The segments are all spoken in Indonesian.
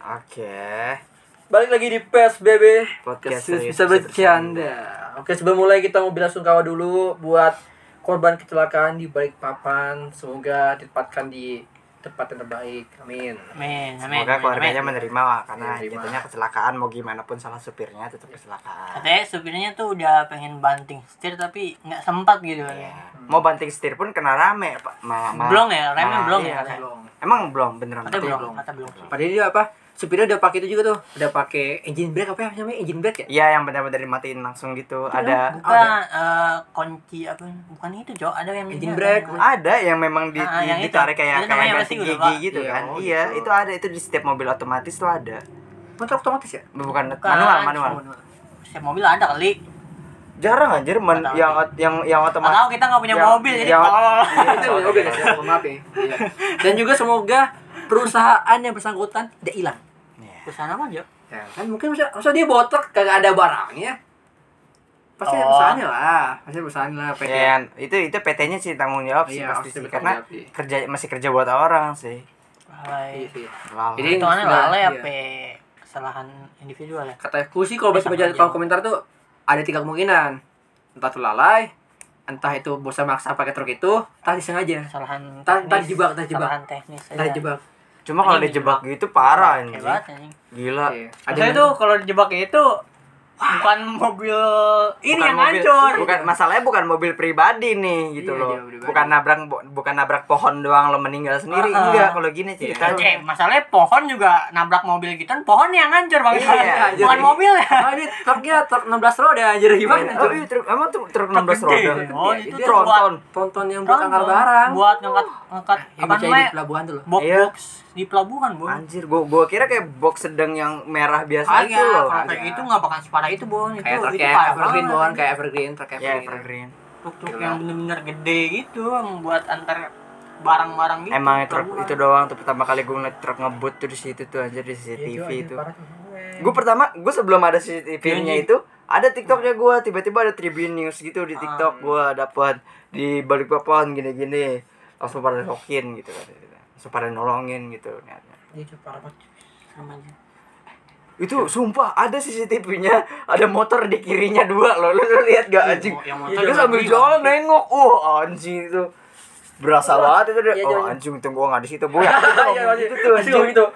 Oke. Balik lagi di PSBB Podcast Kasus serius bisa bercanda. Oke, sebelum mulai kita mau bilang sungkawa dulu buat korban kecelakaan di Balikpapan. Semoga ditempatkan di tempat yang terbaik. Amin. Amin, amin. Semoga amin, keluarganya amin. menerima Wak, karena Menerima. jatuhnya kecelakaan mau gimana pun salah supirnya tetap kecelakaan. Katanya supirnya tuh udah pengen banting setir tapi nggak sempat gitu kan. Ya. Mau banting setir pun kena rame Pak. Malah malah- Belum ya, remnya malah- belum iya, ya rem. katanya. Emang belum beneran Katanya katanya belum, kata belum. Padahal dia apa? Supirnya udah pakai itu juga tuh. Udah pakai engine brake apa ya namanya? Engine brake ya? Iya, yang benar-benar dimatiin langsung gitu. Ada Bukan eh, kunci apa? Bukan itu, Jo. Ada yang Engine ini, brake. ada yang- ada yang memang di, Ah, di- yang itu. ditarik Itu kayak kayak namanya apa ganti sih, gigi udah, Pak? gitu Iya, kan. oh, iya, gitu. itu ada itu di setiap mobil otomatis tuh ada. Motor otomatis ya? Oh, Bukan, Bukan. manual, manual. Setiap mobil ada kali. Jarang anjir men- Nggak tahu. yang yang yang Nggak otomatis. tahu kita nggak punya yang- mobil jadi yang- tolol. Iya, itu mobil ya, mohon maaf ya. Iya. Dan juga semoga perusahaan yang bersangkutan tidak hilang. Iya. Ke sana mah, Jo. Ya, kan mungkin masa, masa dia botak kagak ada barangnya. Pasti ada Oh. perusahaannya lah, pasti ada perusahaannya lah PT. Iya, itu itu PT-nya sih tanggung jawab sih Iya, pasti harus sih bertanggung karena jawab, iya. kerja masih kerja buat orang sih. Iya Lalai. sih. Lama. Jadi- Itu aneh lalai ya, Iya. apa eh. kesalahan individual ya? Kataku sih kalau baca-baca Sama aja. kolom komentar tuh ada tiga kemungkinan. Entah itu lalai, entah itu bosan maksa pakai truk itu, entah disengaja, Kesalahan Tahan- tahan teknis, jebak, tahan jebak. Kesalahan teknis. entah aja. dijebak. Cuma kalau Anjing, dijebak gitu parah anjing. Hebat anjing. Gila. Iya. Ada itu kalau dijebaknya itu bukan mobil ini Bukan yang mobil- hancur. Bukan masalahnya bukan mobil pribadi nih gitu Iya, loh. dia pribadi. Bukan nabrak bu- bukan nabrak pohon doang lo meninggal sendiri. Ah, ah. Enggak, kalau gini Kan, ceritanya. eh, Iya. masalahnya pohon juga nabrak mobil gitu kan pohon yang hancur bang Iya, bukan anjir. mobil ya Ah, ini truknya truk 16 roda anjir gimana? Oh, Truk? iya, truk, emang truk, truk 16 gede. roda. oh Iya, itu dia tuh buat Tronton. Tonton yang buat angkar tronton, barang. Ah, buat ngangkat ngangkat Yang apa percaya namanya di pelabuhan tuh loh. box Iya. box di pelabuhan bu Anjir, gua gua kira kayak box sedang yang merah biasa Kagak, gitu loh. kalau kayak Kagak. gitu nggak bakal separah itu bon itu Kayak truk itu kayak parah evergreen banget. bon, kayak evergreen, truk Ya, Iya, evergreen. evergreen. truk-truk yang bener-bener gede gitu yang buat antar barang-barang gitu Emang di truk pelabuhan. itu doang tuh pertama kali gue ngeliat truk ngebut tuh di situ tuh anjir di CCTV Iya, itu. parah tuh, gue. Gue pertama gue sebelum ada CCTV-nya Iya, itu ada TikToknya gue tiba-tiba ada Tribun News gitu di Ah. TikTok gue dapat di balik papan gini-gini langsung pada rokin gitu kan langsung pada nolongin gitu niatnya. Iya, itu parah banget sama aja itu sumpah ada CCTV-nya ada motor di kirinya dua loh lu, lu lihat gak anjing Iya, yang motor itu yang sambil lagi, jalan nengok uh anjing itu berasa banget itu dia. Iya, oh jalan. anjing itu gua nggak di situ gua yakin Oh, dia iya, ngomong gitu tuh anjing gitu.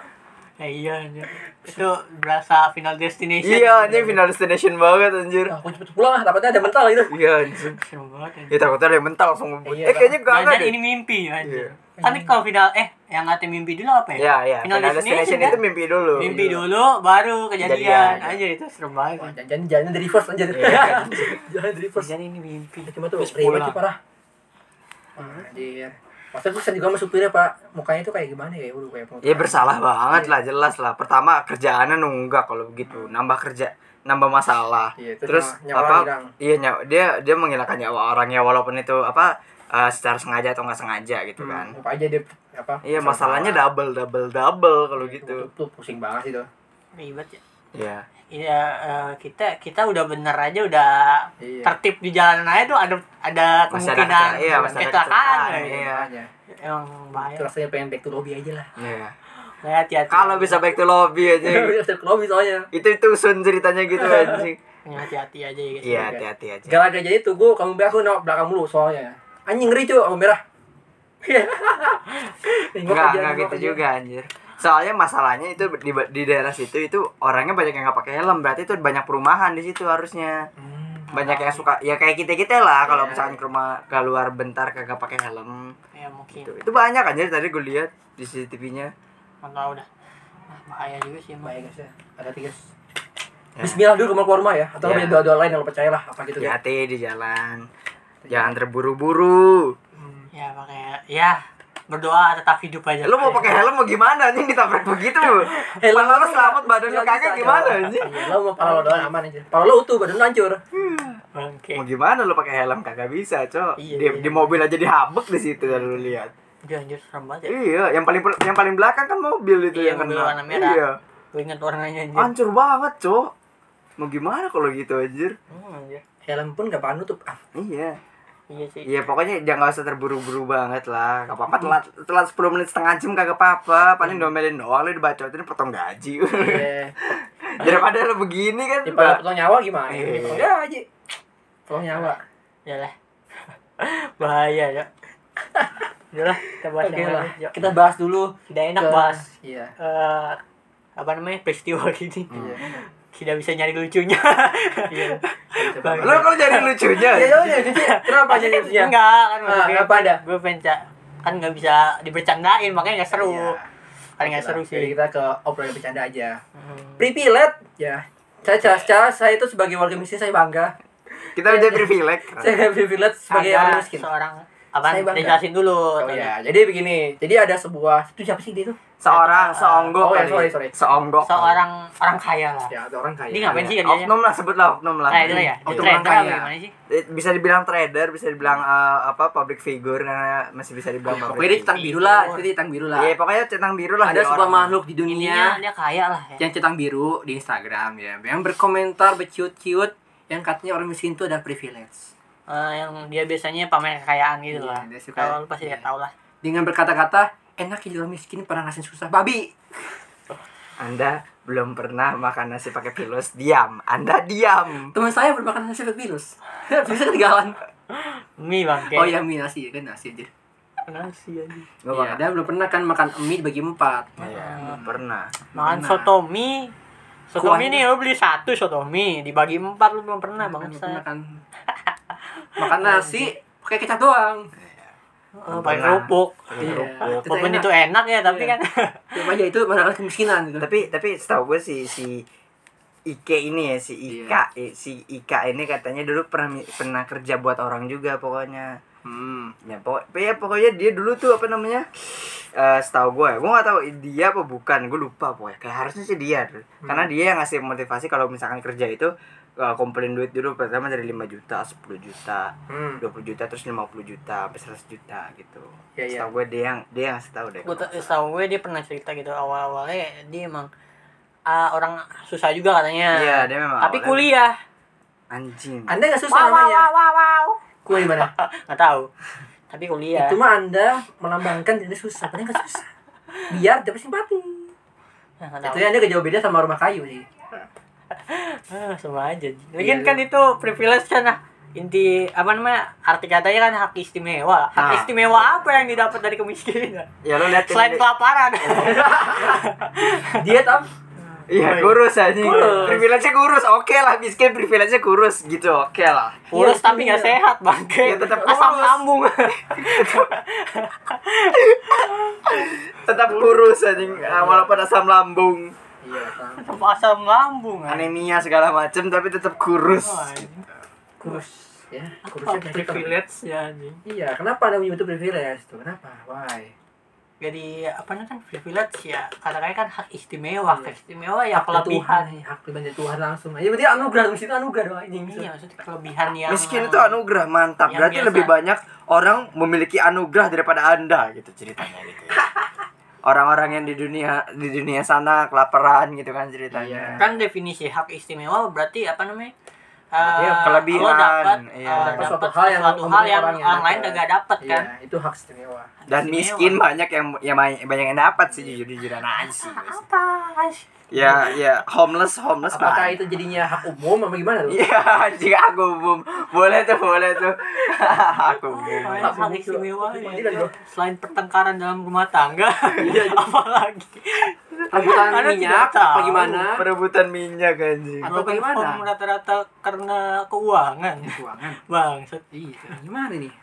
Ya, iya, iya. Itu berasa final destination. iya anjing final destination banget anjir Aku cepet pulang lah, takutnya ada mental gitu. iya anjing Serem banget. ya takutnya ada yang mental langsung ngebut Iya, eh kayaknya gak ada Jangan deh Nah, ini mimpi ya. Iya. Tapi kalau final eh yang ngatain mimpi dulu apa ya? ya ya final destination kan? itu mimpi dulu mimpi dulu baru Kejadian, kejadian. iya. Anjir itu serem banget. Jangan jalan dari reverse aja. Jalan dari reverse. Iya. Kejadian ini mimpi. Cuma tuh Terus ribet pulang. sih parah. Hmm. Anjir. Masa tuh juga sama supirnya, Pak. Mukanya tuh kayak gimana ya? Udah kayak ya bersalah banget lah jelas lah pertama kerjaannya nunggak kalau begitu nambah kerja nambah masalah Iya, itu terus nyawa- nyawa apa orang hilang. iya nyawa, dia dia menghilangkan nyawa orangnya walaupun itu apa eh, secara sengaja atau nggak sengaja gitu kan Apa Hmm, aja dia apa? iya masalahnya double double double kalau gitu Tuh, tuh pusing banget sih tuh. Ribet ya. iya Iya, eh, kita kita udah bener aja udah Iya. tertib di jalan aja tuh ada Masih ada ada kemungkinan kecelakaan, iya, masih ada kecelakaan. kecelakaan, gitu. ya. Iya. Makanya. Emang Itu bahaya. rasanya pengen back to lobby aja lah. iya Nah, Hati-hati. kalau bisa back to lobby aja Back to lobby soalnya. itu itu sun ceritanya gitu anjing hati-hati aja ya guys. iya hati-hati aja Galak aja jadi tuh gua kamu aku nengok belakang dulu soalnya. Anjing ngeri cuy, kamu merah. Iya. Nengok Enggak, aja, enggak nengok gitu aja. juga anjir. Soalnya masalahnya itu di, di daerah situ itu orangnya banyak yang nggak pakai helm, berarti itu banyak perumahan di situ harusnya. Hmm. Banyak yang suka ya kayak kita-kita lah kalau Iya. misalkan ke rumah keluar bentar kagak pakai helm. Ya mungkin. Itu, Iya. itu banyak anjir tadi gue lihat di CCTV-nya. Enggak udah. Nah, bahaya juga sih emang. Baik guys ya. Ada tiga. Ya. Bismillah dulu keluar keluar rumah ya. Atau Ya. punya doa-doa lain yang lo percaya lah apa gitu ya. Hati-hati di jalan. Jangan terburu-buru. Ya pakai ya berdoa tetap hidup aja. Ya, Lu mau pakai helm mau gimana anjing ditabrak begitu? Helm Helm lu lu selamat badan lu nggak kagak bisa, gimana coba. anjing? Iya, Lo mau pala lo doang aman aja. Pala lo utuh badan lo hancur. Bangke. Mau gimana lu pakai helm kagak bisa, Cok. Iya, di, iya. di mobil aja dihabek di situ lu lihat. Dia anjir serem banget ya. Iya, yang paling yang paling belakang kan mobil itu Iya, yang mobil kena. warna merah. Iya. Iya. Gue ingat warnanya Ah. anjir. Hancur banget, Cok. Mau gimana kalau gitu anjir? Hmm, anjir. Helm pun gak paham nutup. Ah, Iya. Iya sih. Iya pokoknya jangan nggak usah terburu-buru banget lah. Gak apa-apa telat telat 10 menit setengah jam kagak apa-apa. Paling Iya. domelin doang lu dibacotin potong gaji. Iya. Daripada lu begini kan. Di Mbak. potong nyawa gimana? Iya. Potong gaji. Potong nyawa. Yalah. Bahaya ya. Yalah, kita bahas Oke yang lah. lain. Yuk. Kita bahas dulu. Tidak enak Ke- bahas Iya. eh, apa namanya peristiwa gini. Iya. Tidak bisa nyari lucunya. Iya. Bang. Lu kalau jadi lucunya. Iya, iya, iya. Kenapa Pasti jadi kan lucunya? enggak kan Ah, maksudnya. kenapa ada? Gue pengen ca- kan nggak bisa dibercandain makanya nggak seru. Iya. Kan nggak Oke seru lah. Jadi sih. kita ke obrolan bercanda aja. Hmm. Privilege ya. Saya jelas jelas saya itu sebagai warga miskin saya bangga. Kita udah privilege. Iya. Saya privilege sebagai Ada warga miskin. seorang apa? Saya bangga. Dijelasin dulu. Oh ya, jadi begini. Jadi ada sebuah itu siapa sih dia tuh? Seorang seonggok. Oh, iya, kali. sorry, sorry. Seonggok. Iya. Seorang orang kaya lah. Ya, ada orang kaya. Dia ngapain sih kerjanya? Oknum lah sebutlah oknum lah. Iya. Nah, itu lah ya. Oknum Trader orang kaya. apa gimana sih? Eh, Bisa dibilang trader, bisa dibilang eh, apa public figure, nah, masih bisa dibilang public Pokoknya dia figure. centang biru lah, itu dia centang biru lah. Iya, pokoknya centang biru lah. Ada dia sebuah orang. makhluk di dunia Ininya dia kaya lah ya. yang centang biru di Instagram ya, yang berkomentar berciut-ciut yang katanya orang miskin itu ada privilege. Eh, yang dia biasanya pamer kekayaan gitu Iya, lah. dia suka- Kalau lu pasti iya. dia tahu lah. Dengan berkata-kata enak ya orang miskin pernah ngasih susah babi. Anda belum pernah makan nasi pakai pilus, diam. Anda diam. Teman saya bermakan nasi pakai virus. Bisa ketinggalan. Mie bangke. Oh ya mie nasi ya kan nasi aja. Nasi aja. Gua Iya, makan. dia belum pernah kan makan mie dibagi empat. Iya, belum pernah. Makan Pernah. soto mie. Soto Kuahnya. mie nih lu beli satu soto mie, dibagi empat lu belum pernah Eh, Belum pernah bangsa. kan. Makan nasi pakai kecap doang. Eh, Pakai Pernah. kerupuk. Pakai Iya. kerupuk. Itu Walaupun enak. itu enak ya, tapi Iya. kan Ya aja itu menangkal kemiskinan gitu. Tapi tapi setahu gue si si Ike ini ya si Iya. Ika eh, si Ika ini katanya dulu pernah mi- pernah kerja buat orang juga pokoknya. Hmm. Ya, pokok- ya, pokoknya dia dulu tuh apa namanya? Eh setahu gue, gue gak tahu dia apa bukan, gue lupa pokoknya. Kayak harusnya sih dia. Hmm. Karena dia yang ngasih motivasi kalau misalkan kerja itu eh, kumpulin duit dulu pertama dari 5 juta, 10 juta, Hmm. 20 juta terus 50 juta sampai 100 juta gitu. Iya, iya. Setahu gue dia yang dia yang ngasih tahu deh. gue tau gue dia pernah cerita gitu awal-awalnya dia emang ah, orang susah juga katanya. Iya, dia memang Tapi awalnya- kuliah. Anjing. Anda nggak susah Wow wow namanya. wow wow. wow. Kuliah di mana? Nggak tahu. Tapi kuliah. Itu mah Anda melambangkan diri susah, padahal nggak susah. Biar dapat simpati. Nah, nggak ya. tahu. Itu ya, Anda gak jauh beda sama rumah kayu sih. Ah, sama aja. Ji. Iya, Lagian kan itu privilege kan ah. inti apa namanya arti katanya kan hak istimewa. Hak Ah. istimewa apa yang didapat dari kemiskinan? Ya lu lihat Selain kelaparan. Dia tam Iya, kurus aja. Kurus. Privilege-nya kurus. Oke lah, miskin privilege-nya kurus gitu. Oke lah. Kurus Iya, tapi nggak iya. sehat bangke. Ya, tetap Asam kurus. lambung. Tetap kurus anjing ah, walaupun asam lambung, Iya, tam. Tetap asam lambung. Oh, ah. anemia segala macem tapi tetap kurus. Wah, Kurus ya. apa Kurusnya privilege. privilege ya anjing. Iya, kenapa Anda menyebut itu privilege tuh? Kenapa? Why? Jadi apa namanya kan privilege ya katakannya kan hak Iya. istimewa, hak istimewa ya Hak dari Tuhan, kelebihan. ya. hak dari Tuhan langsung. Ya berarti anugerah di situ anugerah doang anjing. Iya maksudnya kelebihan yang Miskin itu anugerah mantap. Yang Berarti biasa. lebih banyak orang memiliki anugerah daripada Anda gitu ceritanya gitu. ya. Orang-orang yang di dunia di dunia sana kelaparan gitu kan ceritanya. kan definisi hak istimewa berarti apa namanya Iya, Eh, kelebihan. lo dapat Iya, eh, dapat dapat suatu hal yang suatu orang hal yang lain orang lain dapat. gak dapat Iya, kan itu hak istimewa. Dan miskin banyak yang yang banyak yang dapat Iya. sih jujur-jujuran aja sih. apa Ya ya homeless homeless Apakah banyak. itu jadinya hak umum apa gimana tuh? Iya, jika aku bum. Boleh tuh, boleh tuh. aku bum. Selain iya. Hak hak umum juga. istimewa Itu ya, pengadilan, bro. selain pertengkaran dalam rumah tangga Iya, apalagi Rebutan Anda tidak minyak tahu. apa gimana? Perebutan minyak anjing. Atau Broken bagaimana? home rata-rata karena keuangan Keuangan. bang Iya, gimana nih?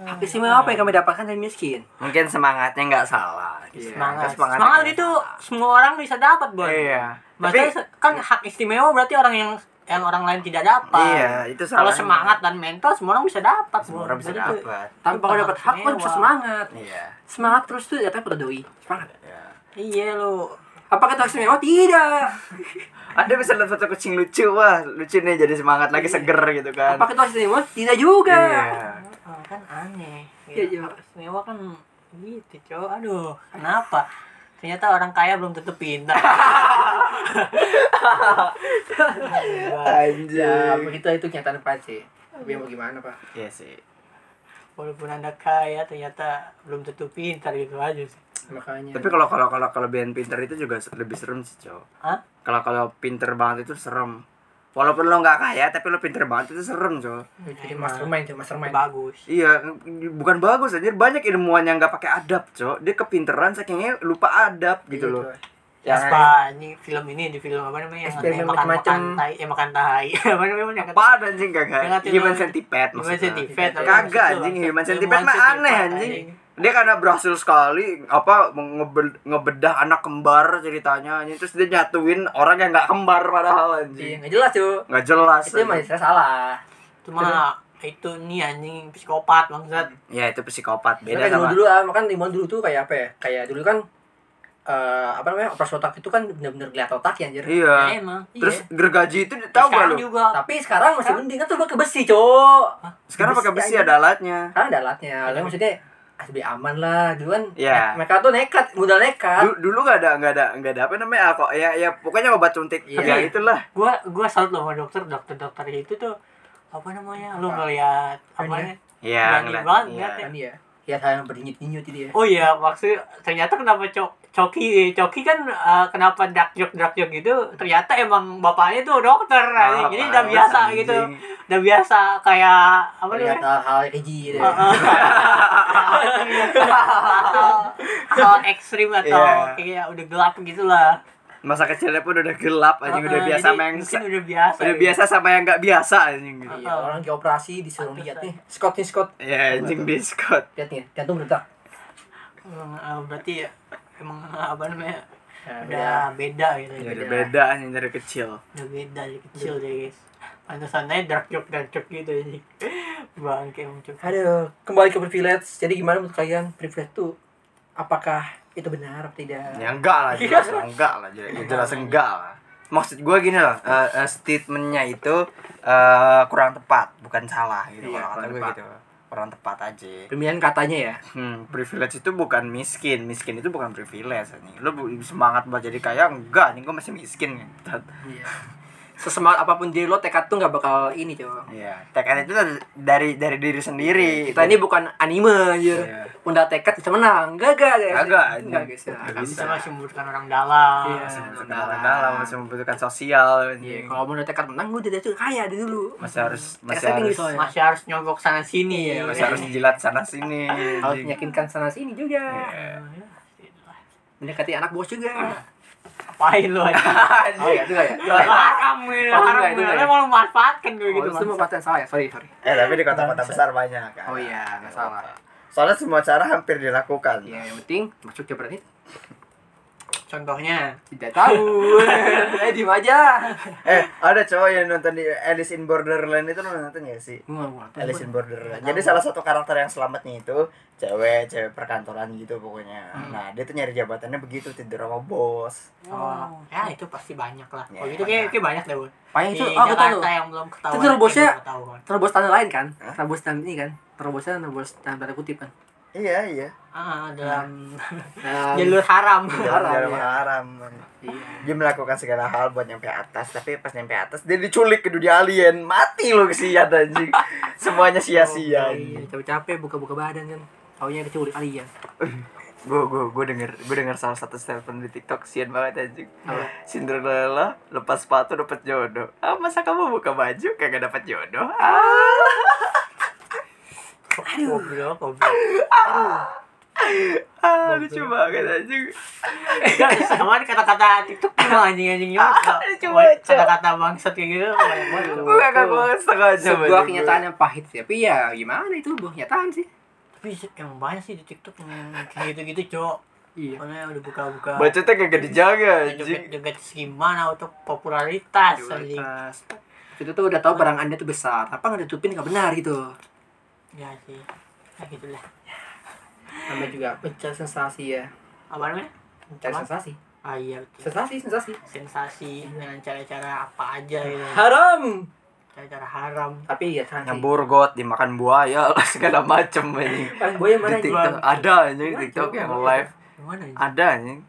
Hak istimewa apa yang kami dapatkan dari miskin? Mungkin semangatnya nggak salah. gitu. Iya. semangat semangatnya semangat nggak itu semua orang bisa dapat salah. bon Iya. Tapi Maksudnya se- kan hak istimewa berarti orang yang yang orang lain tidak dapat. Iya, itu Kalau salahnya. semangat dan mental semua orang bisa dapat. semua Bu. orang bisa Jadi itu- dapat. Tanpa kau dapat hak, kau bisa semangat. Iya. Semangat terus tuh datang pada doi. Semangat. iya. Iya lo. Apakah itu hak istimewa? Tidak. Ada bisa lihat foto kucing lucu, wah lucu nih jadi semangat Iya. lagi seger gitu kan. Apakah itu hak istimewa? Tidak juga. Iya. Oh, kan aneh. Iya, iya. Hak istimewa kan gitu, cowok. Aduh, kenapa? Ternyata orang kaya belum tentu pintar. Ya, Anjing. Iya. Iya, gitu, begitu itu kenyataan Pak C. Tapi mau gimana Pak? Iya sih. walaupun anda kaya ternyata belum tentu pintar gitu aja sih makanya Tapi kalau kalau kalau kalau band pinter itu juga lebih serem sih, Cok. Hah? Kalau kalau pinter banget itu serem. Walaupun lo nggak kaya, tapi lo pinter banget itu serem, Cok. jadi mastermind tuh mastermind bagus Iya, bukan bagus anjir. Banyak ilmuwan yang nggak pakai adab, Cok. Dia kepinteran sakingnya lupa adab gitu loh. ya Yang- apa ini film ini di film apa namanya yang Eksperimen yang makan macam-macam. makan tai eh makan tai apa namanya yang Apaan anjing Yang kagak? ngatain Human lo- centipede Human maksudnya. centipede apa Kagak, maksud lo, anjing. bangsa? Human centipede mah centipede, aneh, anjing. Dia karena berhasil sekali apa ngebe- ngebedah anak kembar ceritanya anjing. Terus dia nyatuin orang yang nggak kembar padahal Iya, anjing. nggak jelas tuh Nggak jelas. itu emang anjing. saya salah cuma itu nih anjing psikopat bangsat Ya itu psikopat beda Beda dulu sama dulu ah, makan timun dulu tuh kayak apa ya? Kayak dulu kan eh apa namanya operasi otak itu kan bener-bener lihat otak ya anjir. ya, Iya. emang Terus gergaji itu tahu gak sekarang lu? juga Tapi sekarang masih mending kan tuh pakai besi, Cok. Sekarang pakai besi aja. ada alatnya. Sekarang ada alatnya. Lalu maksudnya ah, lebih aman lah. Dulu kan Iya. me- mereka tuh nekat, modal nekat. Dulu, dulu gak ada nggak ada nggak ada apa namanya ah, kok ya ya pokoknya obat suntik Iya. ya itulah gua gua salut loh sama dokter dokter dokter itu tuh apa namanya lu Apa? ngeliat apa Apanya? ya ya Berani ngeliat- banget iya. ngeliatnya. Kan dia. Ya hal yang ya. berdenyut-denyut itu dia. oh iya maksudnya ternyata kenapa cok Coki Coki kan eh, kenapa dark joke dark joke gitu ternyata emang bapaknya tuh dokter Ah, jadi udah apaan, biasa anjing. gitu udah biasa kayak apa Lihat namanya hal-hal yang keji gitu. Hal- hal ekstrim atau Iya. kayak udah gelap gitu lah masa kecilnya pun udah gelap anjing udah Eh, biasa jadi sama yang mungkin sa- udah biasa udah gitu. biasa sama yang nggak biasa anjing gitu Iya, orang lagi operasi disuruh lihat nih. Scott nih Scott. ya anjing diskot Lihat nih, jantung berdetak. Emang, eh, berarti ya, emang eh, apa namanya Ya, udah beda gitu ya udah beda anjing dari kecil udah beda dari kecil deh guys pantesan aja dark joke dark joke gitu ini bangke emang Cok. Aduh, kembali ke privilege. Jadi gimana menurut kalian privilege tuh apakah itu benar atau tidak? ya enggak lah jelas lah, enggak lah jelas, ya jelas enggak lah maksud gue gini loh eh, eh, statementnya itu eh, kurang tepat bukan salah gitu Iya, kalau kata kurang gue tepat. gitu kurang tepat aja Pemilihan katanya ya. hmm, privilege itu bukan miskin miskin itu bukan privilege anjing lu bu- semangat buat jadi kaya enggak anjing gue masih miskin gitu. Iya. Sesemangat apapun diri lo, tekad tuh nggak bakal ini coba. Iya, tekad itu dari dari diri sendiri. gitu. Kita ini bukan anime anjir. Iya. Udah tekad bisa menang. Gak gak guys. Kagak, anjing. Enggak guys. Ya, Nggak nggak bisa. kita masih membutuhkan orang dalam Iya. masih membutuhkan orang dalam, masih membutuhkan sosial. Iya, anjing. kalau mau udah tekad menang lu udah tuh kaya dari dulu. Masih harus masih Tekadnya Eh, tinggi harus soalnya. masih harus nyogok sana sini ya. Iya, masih harus jilat sana sini. Harus anjing. meyakinkan sana sini juga. Iya. Mendekati anak bos juga. apain lu aja Oh iya, itu nggak ya. Itu nggak ya? haram gitu Oh, haram enggak, itu gitu enggak lu ya? malah manfaatkan gue Oh, gitu itu bangsa. pembatasan salah ya. Sorry, sorry. Eh tapi di kota-kota besar banyak kan. Oh iya, nggak salah. Soalnya semua cara hampir dilakukan. Iya, yang penting masuk ke berarti contohnya tidak tahu. Eh, diem aja. Eh ada cowok yang nonton di Alice in Borderland itu lo nonton gak sih? Gua nggak mau nonton, Alice gua. in Borderland. Jadi salah satu karakter yang selamatnya itu cewek, cewek perkantoran gitu pokoknya. Hmm. Nah dia tuh nyari jabatannya begitu tidur sama bos. Oh, ya itu pasti banyak lah. Iya, Kalau gitu kayak, kayak banyak deh, Bu. Paling Di Ya, itu, oh, aku tahu. Iya, Jakarta yang belum ketahuan. Itu terobosnya. eh, belum ketahuan. Terobos tanah lain kan? Hah? Terobos tanah ini kan? Terobosnya terobos tanah tanda kutip kan? Iya iya. Ah, dalam Nah, jalur haram. Dalam Haram, dalam ya. haram. Iya. Dia melakukan segala hal buat nyampe atas, tapi pas nyampe atas dia diculik ke dunia alien, mati lo kesian anjing. Semuanya sia-sia. Iya, capek-capek buka-buka badan kan. Taunya diculik alien. Gue gue gue denger gue denger salah satu statement di TikTok sian banget anjing. Apa? Cinderella lepas sepatu dapat jodoh. Ah masa kamu buka baju kagak dapat jodoh? Ah. Aduh, goblok, goblok. Ah, lucu banget anjing. Iya, Sama kata-kata TikTok tuh anjing-anjing Ah, banget. Lucu banget, Cok. Kata-kata bangsat kayak gitu. banyak banget. Gue kagak banget setengah jam. Sebuah anjing. kenyataan yang pahit sih. Tapi ya gimana itu sebuah kenyataan sih. Tapi emang banyak sih di TikTok yang kayak gitu-gitu, Cok. Iya. Mana udah buka-buka. Bacotnya kagak dijaga anjing. Joget-joget segimana untuk popularitas anjing. Prioritas. Kita tuh udah tahu barang Anda tuh besar. Apa ngetutupin nggak benar gitu. Ya sih. Ya gitu lah. Sama juga pencari sensasi ya. Apa namanya? Mencari Apa? sensasi. Ah iya betul. Sensasi, sensasi. Sensasi dengan cara-cara apa aja gitu. Haram. Cara-cara haram. Tapi ya sensasi. Nyebur got dimakan buaya lah, segala macem anjing. Paling gue yang Di Kan mana TikTok juga. ada anjing di TikTok yang live. Gimana ini? Ada anjing.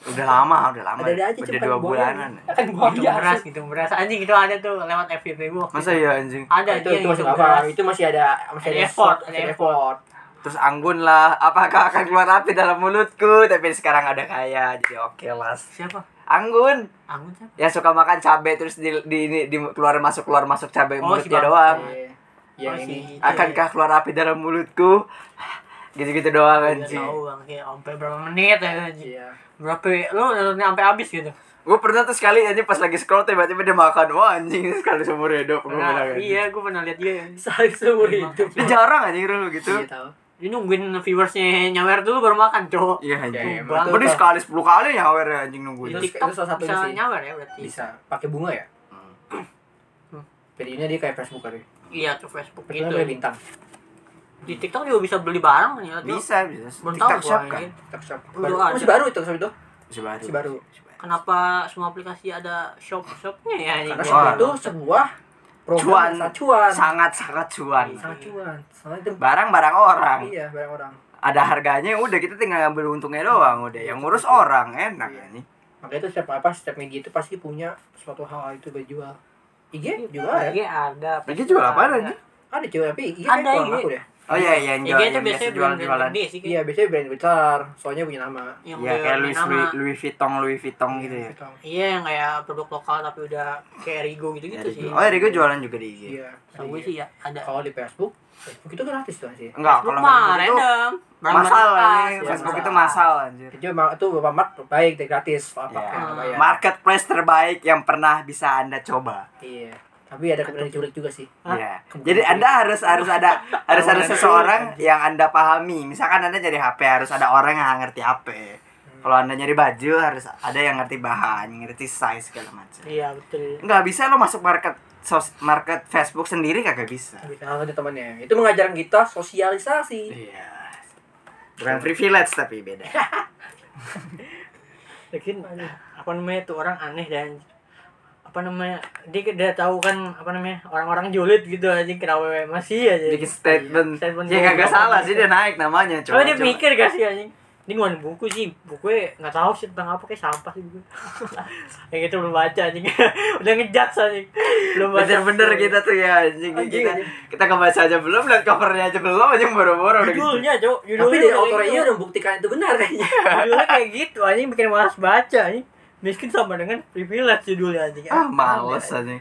udah lama udah lama ya. Ada-ada aja, udah cepat dua dibuang. bulanan ya. Kan Akan Oh, iya, Hitung buaya. beras, hitung beras. Anjing itu ada tuh lewat FYP gua. masa ya anjing Ada itu aja itu masih yang Iya, hitung apa? beras. Itu masih ada masih Ada ada effort, effort, ada ada effort. terus anggun lah apakah akan keluar api dalam mulutku tapi sekarang ada kaya jadi oke lah Siapa? anggun Anggun siapa? yang suka makan cabai terus di, di, ini- di keluar masuk keluar masuk cabai Oh, si mulutnya Bang. doang Iya. Yang Oh, si ini. itu ya. akankah keluar api dalam mulutku gitu-gitu doang Nggak anjing Iya, tahu bang, kayak sampai berapa menit ya anjing. Iya. Berapa? ya? Lu nontonnya sampai habis gitu. gue pernah tuh sekali anjing pas lagi scroll tiba-tiba dia makan wah anjing ini sekali seumur hidup gue bilang Pernah, anjing. iya, gue pernah lihat dia. Saling seumur Emang. hidup. dia jarang anjing dulu gitu Iya tahu. Dia nungguin viewersnya nyawer dulu baru makan, cowok. iya Iya, anjing emang Bang. tuh, Tapi dia Pak. sekali 10 kali nyawer ya anjing nungguin Itu- Di TikTok itu salah satunya bisa sih. nyawer ya berarti. bisa pakai bunga ya jadinya dia kayak Facebook kali Iya, ke Facebook Facebooknya gitu. pakai bintang Di TikTok juga bisa beli barang kan ya. tuh. bisa bisa Belum tahu tiktok gua, shop ya. kan TikTok shop Udah baru ada. masih baru itu shop itu si baru Si baru. Si baru. Kenapa semua aplikasi ada shop-shopnya ya? ini? karena Wah. shop itu sebuah Cuan. program sangat cuan sangat sangat cuan sangat cuan soalnya itu barang-barang orang iya barang orang ada harganya udah kita tinggal ngambil untungnya doang udah yang ngurus orang enak Iya. anjing makanya itu setiap apa setiap media itu pasti punya suatu hal itu berjual IG juga ya Iya ada. Lagi jual apaan, anjing? ada cewek tapi IG Ada kan IG. aku deh oh iya iya yang IG jual itu yang biasa biasanya jualan jualan jualan gede sih. iya biasanya brand besar soalnya punya nama Yang ya udah kayak main Louis nama. Louis- Louis Vuitton Louis Vuitton gitu ya Gitu. Iya yang kayak produk lokal tapi udah kayak Rigo gitu-gitu Dari Iya, sih. gua- oh Rigo jualan juga di IG iya Tahu gue sih ya ada. kalau di Facebook Facebook itu gratis tuh ya. sih enggak Lu kalau mah Facebook itu random. masal anjing. Iya, Facebook masal. itu masal anjir itu mak itu bapak mat baik dan gratis apa Iya. apa ya? marketplace terbaik yang pernah bisa anda coba Iya. Tapi ada kemudian diculik juga sih. Hah? Iya. Kebetulan. Jadi Anda harus harus ada harus ada seseorang yang Anda pahami. Misalkan Anda nyari HP harus ada orang yang ngerti HP. Hmm. Kalau Anda nyari baju harus ada yang ngerti bahan, ngerti size segala macam. Iya betul. Nggak bisa lo masuk market sos- market Facebook sendiri kagak bisa. Nah, ada temannya. Itu mengajarkan kita sosialisasi. Iya. Bukan privilege tapi beda. Lagian apa namanya tuh orang aneh dan apa namanya dia udah tahu kan apa namanya orang-orang julid gitu aja kira wewe masih aja. Bikin statement. Iya, Statement Ya kagak goblok salah aja. sih dia naik namanya. Coba Coba, dia coba. mikir gak sih anjing? Ini ngeluarin buku sih, bukunya gak tahu sih tentang apa, kayak sampah sih buku Yang itu belum baca anjing, udah ngejat anjing Belum baca Bener-bener kita tuh ya anjing Oh, Anjing, kita iya. anjing. kita kebaca aja belum lihat covernya aja belum anjing boro-boro udah gitu. Judulnya cok, Tapi judulnya dari kayak autornya iya gitu. udah membuktikan itu benar kayaknya. Judulnya kayak gitu anjing, bikin malas baca anjing Miskin sama dengan privilege judulnya anjing Ah males anjing.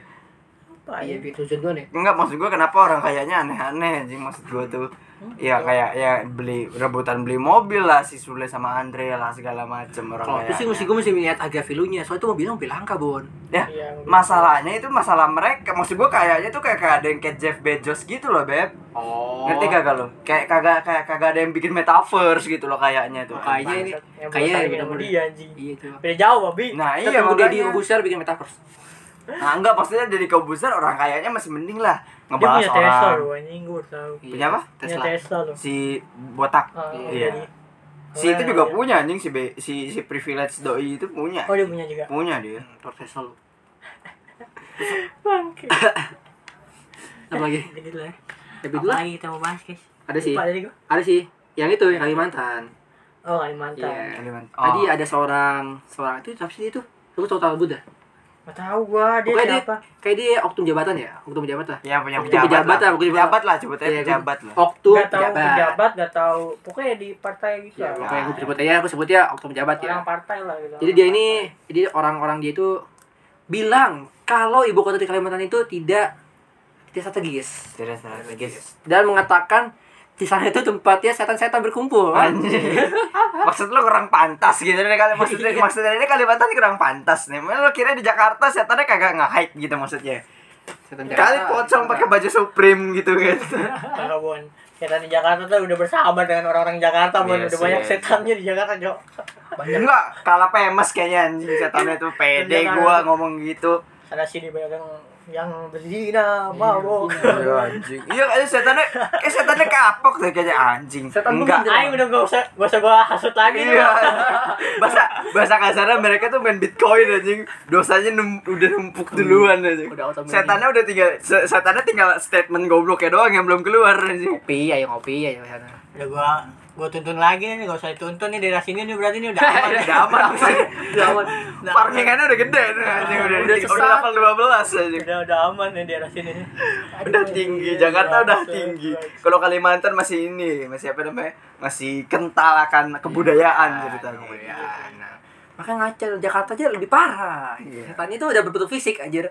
Apa Ah, Iya, anjing? itu tujuan ya. nih. Enggak maksud gua kenapa orang kayaknya aneh-aneh anjing maksud gua tuh Hmm. ya kayak ya beli rebutan beli mobil lah si Sule sama Andre lah segala macem Kalau itu sih orang Ya, kayaknya. mesti gue mesti melihat harga value-nya. Soalnya itu mobilnya mobil langka, Bon. ya Iya, masalahnya itu masalah mereka maksud gua kayaknya tuh kayak, kayak ada yang kayak Jeff Bezos gitu loh beb Oh. ngerti kagak lo kayak kagak kayak kagak ada yang bikin metaverse gitu loh kayaknya tuh Kayaknya ini Yang kayaknya bosan bener sama -bener. dia anjing Iya tuh. Beda jauh babi nah Tapi iya iya, udah di makanya Rubuser bikin metaverse. nah, enggak maksudnya dari kebuser orang kayaknya masih mending lah Dia ngebahas punya orang Tesla loh anjing, gue baru tahu Iya. punya apa Punya Tesla. Tesla loh si botak Ah, Iya. jadi- si itu juga punya anjing si be- si si privilege doi itu punya Oh dia punya juga punya dia Motor Tesla lu. Bangke Apa lagi? Gitu lah ya. Tapi Apa dulu lagi kita mau bahas guys? ada sih. Lupa tadi gua. Ada sih. Yang itu yang Kalimantan. Oh Kalimantan. Iya. Kalimantan. Tadi ya, Oh. ada seorang seorang itu siapa sih itu? Aku tahu tahu Buddha. Nggak tahu gua dia Pokoknya dia- siapa. kayak dia oknum jabatan ya, oknum jabatan. Ya punya Waktu pejabat, pejabat lah. lah, waktu pejabat. pejabat lah, sebutnya Iya, pejabat lah. Oh. Oknum Nggak tahu pejabat. pejabat, nggak tahu. Pokoknya di partai gitu. Iya, Ya, lah. pokoknya aku sebut aja, aku sebutnya oknum pejabat ya. Orang partai lah gitu. Jadi dia ini, jadi orang-orang dia itu bilang kalau ibu kota di Kalimantan itu tidak tidak strategis Tidak strategis. dan mengatakan di sana itu tempatnya setan-setan berkumpul. kan? Anjing. Maksud lo kurang pantas gitu nih kali maksudnya maksudnya ini Kalimantan ini kurang pantas nih. Mana lo kira di Jakarta setannya kagak nge-hike gitu maksudnya. Setan Kali Jakarta, pocong setan- pakai baju Supreme gitu kan. Kagak bon. Setan di Jakarta tuh udah bersahabat dengan orang-orang Jakarta bon. Iya udah sih. banyak setannya di Jakarta cok. Enggak, kalah pemes kayaknya anjing setannya tuh pede Jangan. gua ngomong gitu. Sana sini banyak yang yang berzina, mabok. Iya anjing. Iya kayaknya setannya eh setannya kapok deh kayaknya anjing. Setan Enggak. mungkin Ayo udah gak usah gak usah gua hasut lagi nih. Iya. Bahasa bahasa kasarnya mereka tuh main Bitcoin anjing. Dosanya num- udah numpuk duluan anjing. Udah otomatis. Setannya udah tinggal se- setannya tinggal statement gobloknya doang yang belum keluar anjing. Kopi, ayo ngopi, ayo ke sana. udah Ya gua gua tuntun lagi nih gak usah dituntun nih daerah sini nih berarti nih udah aman udah aman Udah aman. Udah farmingannya udah gede nih anjing udah Udah udah sesat. level 12 anjing udah udah aman nih daerah sini nih. udah iya, tinggi Jakarta udah tinggi kalau Kalimantan masih ini masih apa namanya masih kental akan kebudayaan ceritanya Kemudian. Nah, Makanya ngaca Jakarta aja lebih parah. Iya. Setannya tuh udah berbentuk fisik anjir.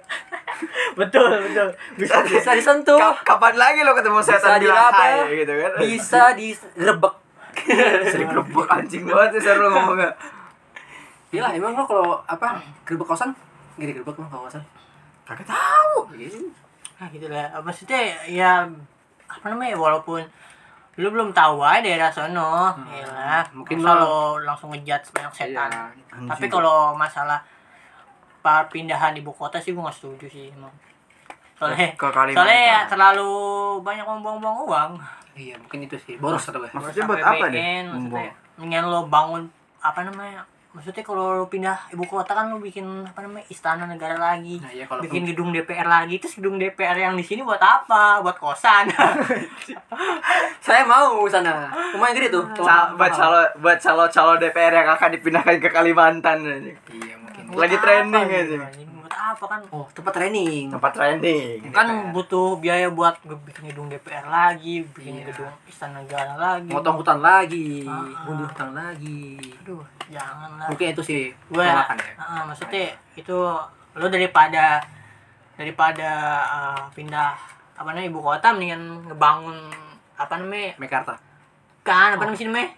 betul betul bisa Bisa disentuh, Ka- kapan lagi lo ketemu setan bilang diraba, hai gitu kan bisa digerebek. sering kerupuk anjing banget sih seru ngomongnya Iya Gila, emang lo kalau apa gerebek kosan? Gini gerebek emang kawasan. kagak tahu nah gitu lah apa sih teh ya apa namanya ya, walaupun lu belum tahu aja daerah sono ya lah Mungkin mungkin Iya. lo langsung ngejat banyak Iya. setan Anjing. tapi kalau masalah perpindahan ibu kota sih gua nggak setuju sih emang soalnya Ke Kalimantan. soalnya ya terlalu banyak membuang-buang uang Iya, mungkin itu sih. Boros kata gue. maksudnya buat apa APBN, deh maksudnya mendingan lo bangun apa namanya maksudnya kalau lo pindah ibu kota kan lo bikin apa namanya istana negara lagi Nah, iya, kalau- bikin gedung DPR lagi terus gedung DPR yang di sini buat apa buat kosan Saya mau ke sana. Rumah yang gede tuh. Cal- buat calo buat calo calo DPR yang akan dipindahkan ke Kalimantan anjing. Iya, mungkin. Buat Lagi apa trending gitu, aja. anjing? buat apa kan Oh, tempat training. tempat training kan DPR. butuh biaya buat ge- bikin gedung DPR lagi bikin Iya. gedung istana negara lagi Motong hutan lagi, Ah. bunuh hutan lagi. aduh jangan lah Mungkin itu sih gue penolakan ya. ah, maksudnya itu lo daripada daripada ah, pindah apa namanya ibu kota mendingan ngebangun apa namanya Mekarta. kan apa namanya sih namanya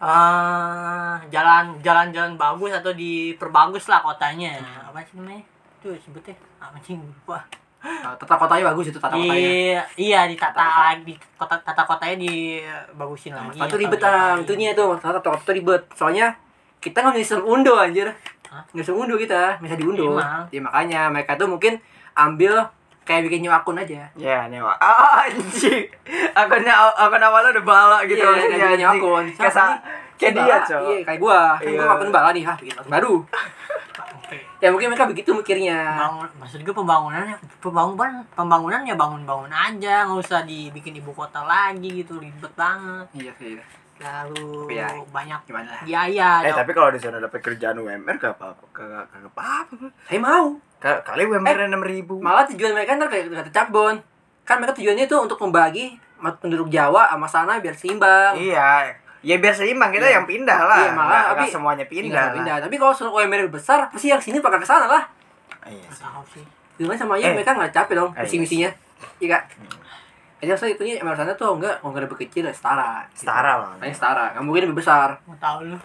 Eh, jalan jalan jalan bagus atau diperbagus lah kotanya Hmm. apa sih namanya itu sebutnya apa sih lupa Ah, Tata kotanya bagus itu tata kotanya. di iya ditata Tata-kota. lagi di kota tata kotanya dibagusin lagi Sepatu ribet atau ah, diapain. tentunya itu masalah tata kota ribet. Soalnya kita nggak bisa unduh anjir. Hah? Nggak bisa unduh kita, bisa diunduh. Emang. Ya makanya mereka tuh mungkin ambil kayak bikin new akun aja. Ya nyewa. Ah anjing. Akunnya akun awalnya udah bala gitu Iya, kayak bikin new anjing. akun. Kayak Siapa sa- nih? kayak Bala. dia, Cok. Iya, kayak gua. Kan Iya. gua akun bala nih, ah bikin akun baru. ya mungkin mereka begitu mikirnya. bangun maksud gue pembangunannya pembangunan pembangunannya bangun bangun aja nggak usah dibikin ibu kota lagi gitu ribet banget Iya sih. lalu Tapi ya, banyak Gimana lah? biaya Eh dong. tapi kalau di sana dapat kerjaan UMR gak apa-apa. Kagak kagak apa-apa. Saya mau. Ka- Kali Eh, UMR enam ribu. Malah tujuan mereka ntar kayak kata Cabon. Kan mereka tujuannya tuh untuk membagi penduduk Jawa sama sana biar seimbang. Iya. Ya biar seimbang kita Iya. yang pindah lah. Iya, malah, Nggak- nggak tapi- semuanya pindah. Iya, Pindah. pindah. Tapi kalau suruh UMR besar, pasti yang sini bakal ke sana lah. Iya. Nggak tahu sih Gimana sama aja Eh. mereka nggak capek dong Eh, misi-misinya. Iya kak. Jadi maksudnya itu emang sana tuh enggak kalau nggak ada kecil ya setara. Setara lah. Gitu. Makanya setara. Nggak mungkin lebih besar. nggak tahu lu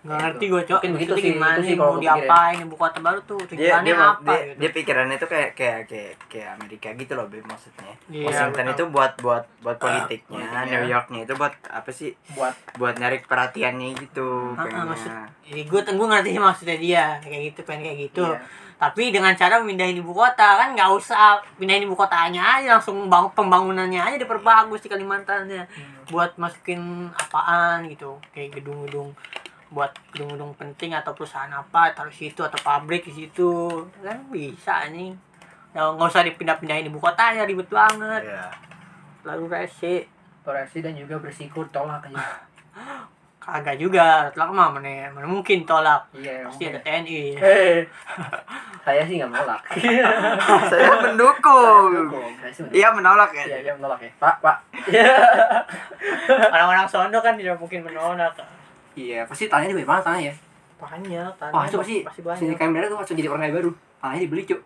nggak Gitu. ngerti gue cok Mungkin begitu Maksudnya sih, gimana itu sih sih kalau mau gue pikir ya. diapain ibu kota baru tuh Dia, tujuannya dia, mau- apa dia, gitu. dia pikirannya tuh kayak kayak kayak kayak Amerika gitu loh, Beb, maksudnya. Iya, Washington betul. itu buat buat buat politiknya, politiknya. New Yorknya itu buat apa sih? Buat buat nyari perhatiannya gitu Ah, ah, pengennya. maksud jadi gue gue ngerti sih maksudnya dia kayak gitu pengen kayak gitu Iya. tapi dengan cara pindahin ibu kota kan nggak usah pindahin ibu kotanya aja langsung bang- pembangunannya aja diperbagus di Kalimantannya buat masukin apaan gitu kayak gedung-gedung buat gedung-gedung penting atau perusahaan apa taruh situ atau pabrik di situ kan bisa nih Nggak nggak usah dipindah-pindahin ibu kotanya ribet banget Iya. lalu rese toleransi dan juga bersiko tolak iya. aja. kagak juga tolak mah mana, mana mungkin tolak Iya. pasti ada TNI Eh, saya sih nggak menolak. saya Oh, mendukung Saya sih iya menolak ya dia menolak ya. Pak, Pak. orang-orang sono kan tidak mungkin menolak Iya, pasti tanahnya dibeli banget tanah ya. banyak tanah Wah, itu pasti pasti sini banyak kamera tuh langsung jadi orang kaya baru. Tanahnya dibeli, Cuk.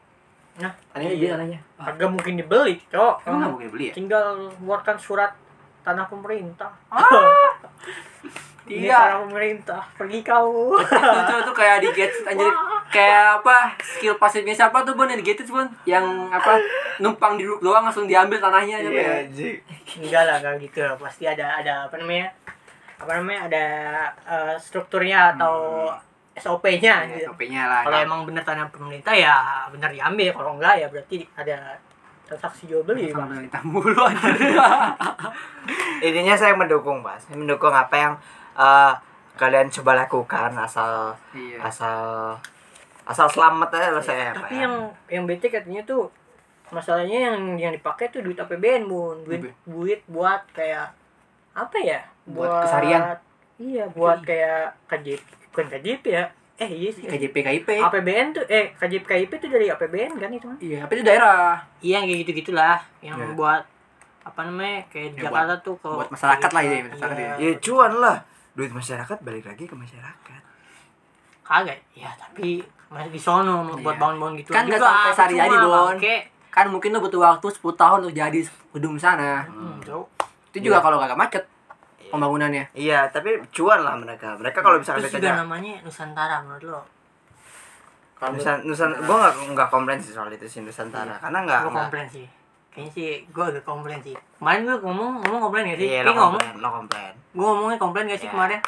Nah, tanahnya iya. dibeli tanahnya. Wah, harga mungkin dibeli cok Emang nggak mungkin beli ya? tinggal keluarkan surat tanah pemerintah Ah! Ini Iya. tanah pemerintah pergi kau itu tuh, tuh kayak di gadget anjir kayak apa skill pasifnya siapa tuh bun yang di gadget bun yang apa numpang di duduk doang langsung diambil tanahnya siapa iya ya Ji. enggak lah enggak gitu lah pasti ada ada apa namanya apa namanya ada eh, strukturnya atau SOP-nya Ya, gitu. topenya lah kalau emang bener tanah pemerintah ya bener diambil kalau enggak ya berarti ada transaksi jual beli sama Bang. pemerintah mulu anjir intinya saya mendukung pak saya mendukung apa yang eh, kalian coba lakukan asal iya asal asal selamat aja lah saya Pak, Iya. tapi ya. yang yang bete katanya tuh masalahnya yang yang dipakai tuh duit APBN bun duit Apa? duit ya? buat kayak apa ya Buat keseharian. iya buat kayak KJP bukan KJP ya eh iya sih KJP KIP APBN tuh eh KJP KIP itu dari APBN kan itu kan iya tapi itu daerah iya yang kayak gitu gitulah yang Iya. buat apa namanya kayak Ya, Jakarta tuh ke buat masyarakat lah ya, masyarakat Iya. ya cuan lah duit masyarakat balik lagi ke masyarakat kagak ya tapi masih di sono buat Iya. bangun-bangun gitu Kan nggak sampai sehari-hari, Bon. Oke. kan mungkin lo butuh waktu 10 tahun untuk jadi gedung sana Hmm, jauh. itu Iya. juga kalau kagak macet pembangunannya iya tapi cuan lah mereka mereka kalau bisa ada Terus juga aja namanya Nusantara menurut lo. Kalau Nusan, Nusan, gue gak, nggak komplain sih soal itu sih Nusantara Karena gak, Gue Iya. komplain sih. Kayaknya sih gue agak komplain sih. Kemarin gue ngomong ngomong komplain gak sih? Iya, Iya, lo ngomong komplain, lo komplain gue ngomongnya komplain gak sih Iya. kemarin?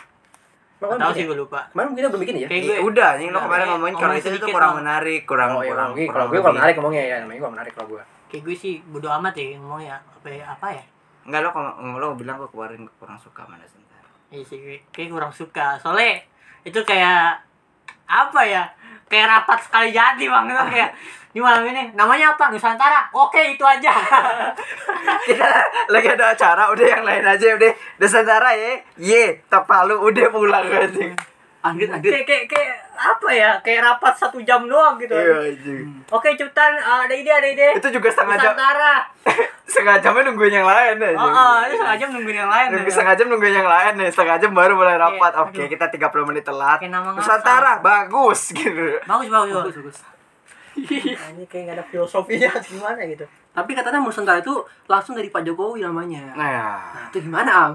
Gak Makanya tau bikin sih ya? gue lupa. Kemarin kita belum bikin ya? Kayak Iya, gue udah, ini lo Iya, kemarin iya, ngomongin kalau ngomong itu itu sedikit kurang dong. menarik, kurang Oh, iya, kurang kalau gue kalau kurang gue kurang lebih. menarik ngomongnya ya, namanya kurang menarik kalau gue. kayak gue sih bodo amat ya ngomongnya apa ya, apa ya? Enggak lo kom- lo bilang gue kemarin kurang suka sama Nusantara. Iya sih gue kayak kurang suka. Soalnya itu kayak apa ya? Kayak rapat sekali jadi bang itu kayak di malam ini namanya apa Nusantara oke itu aja Kita Iya, lagi ada acara, udah yang lain aja udah Nusantara ya. Ye, Tapalu udah pulang anjing. upgrade upgrade kayak kayak kayak apa ya kayak rapat satu jam doang gitu Iya, anjing. oke cepetan eh, ada ide ada ide Itu juga setengah jam. Nusantara Setengah jamnya nungguin yang lain anjing. Oh, oh, ini sengaja nungguin yang lain. Nunggu ya. setengah jam nungguin yang lain nih, setengah jam baru mulai rapat. Iya, Oke, kita 30 menit telat. Kayak nama ngasal. Nusantara bagus gitu. Bagus, bagus, bagus. ini kayak gak ada filosofinya atau gimana gitu tapi katanya Nusantara itu langsung dari Pak Jokowi namanya Nah, ya. nah, itu gimana am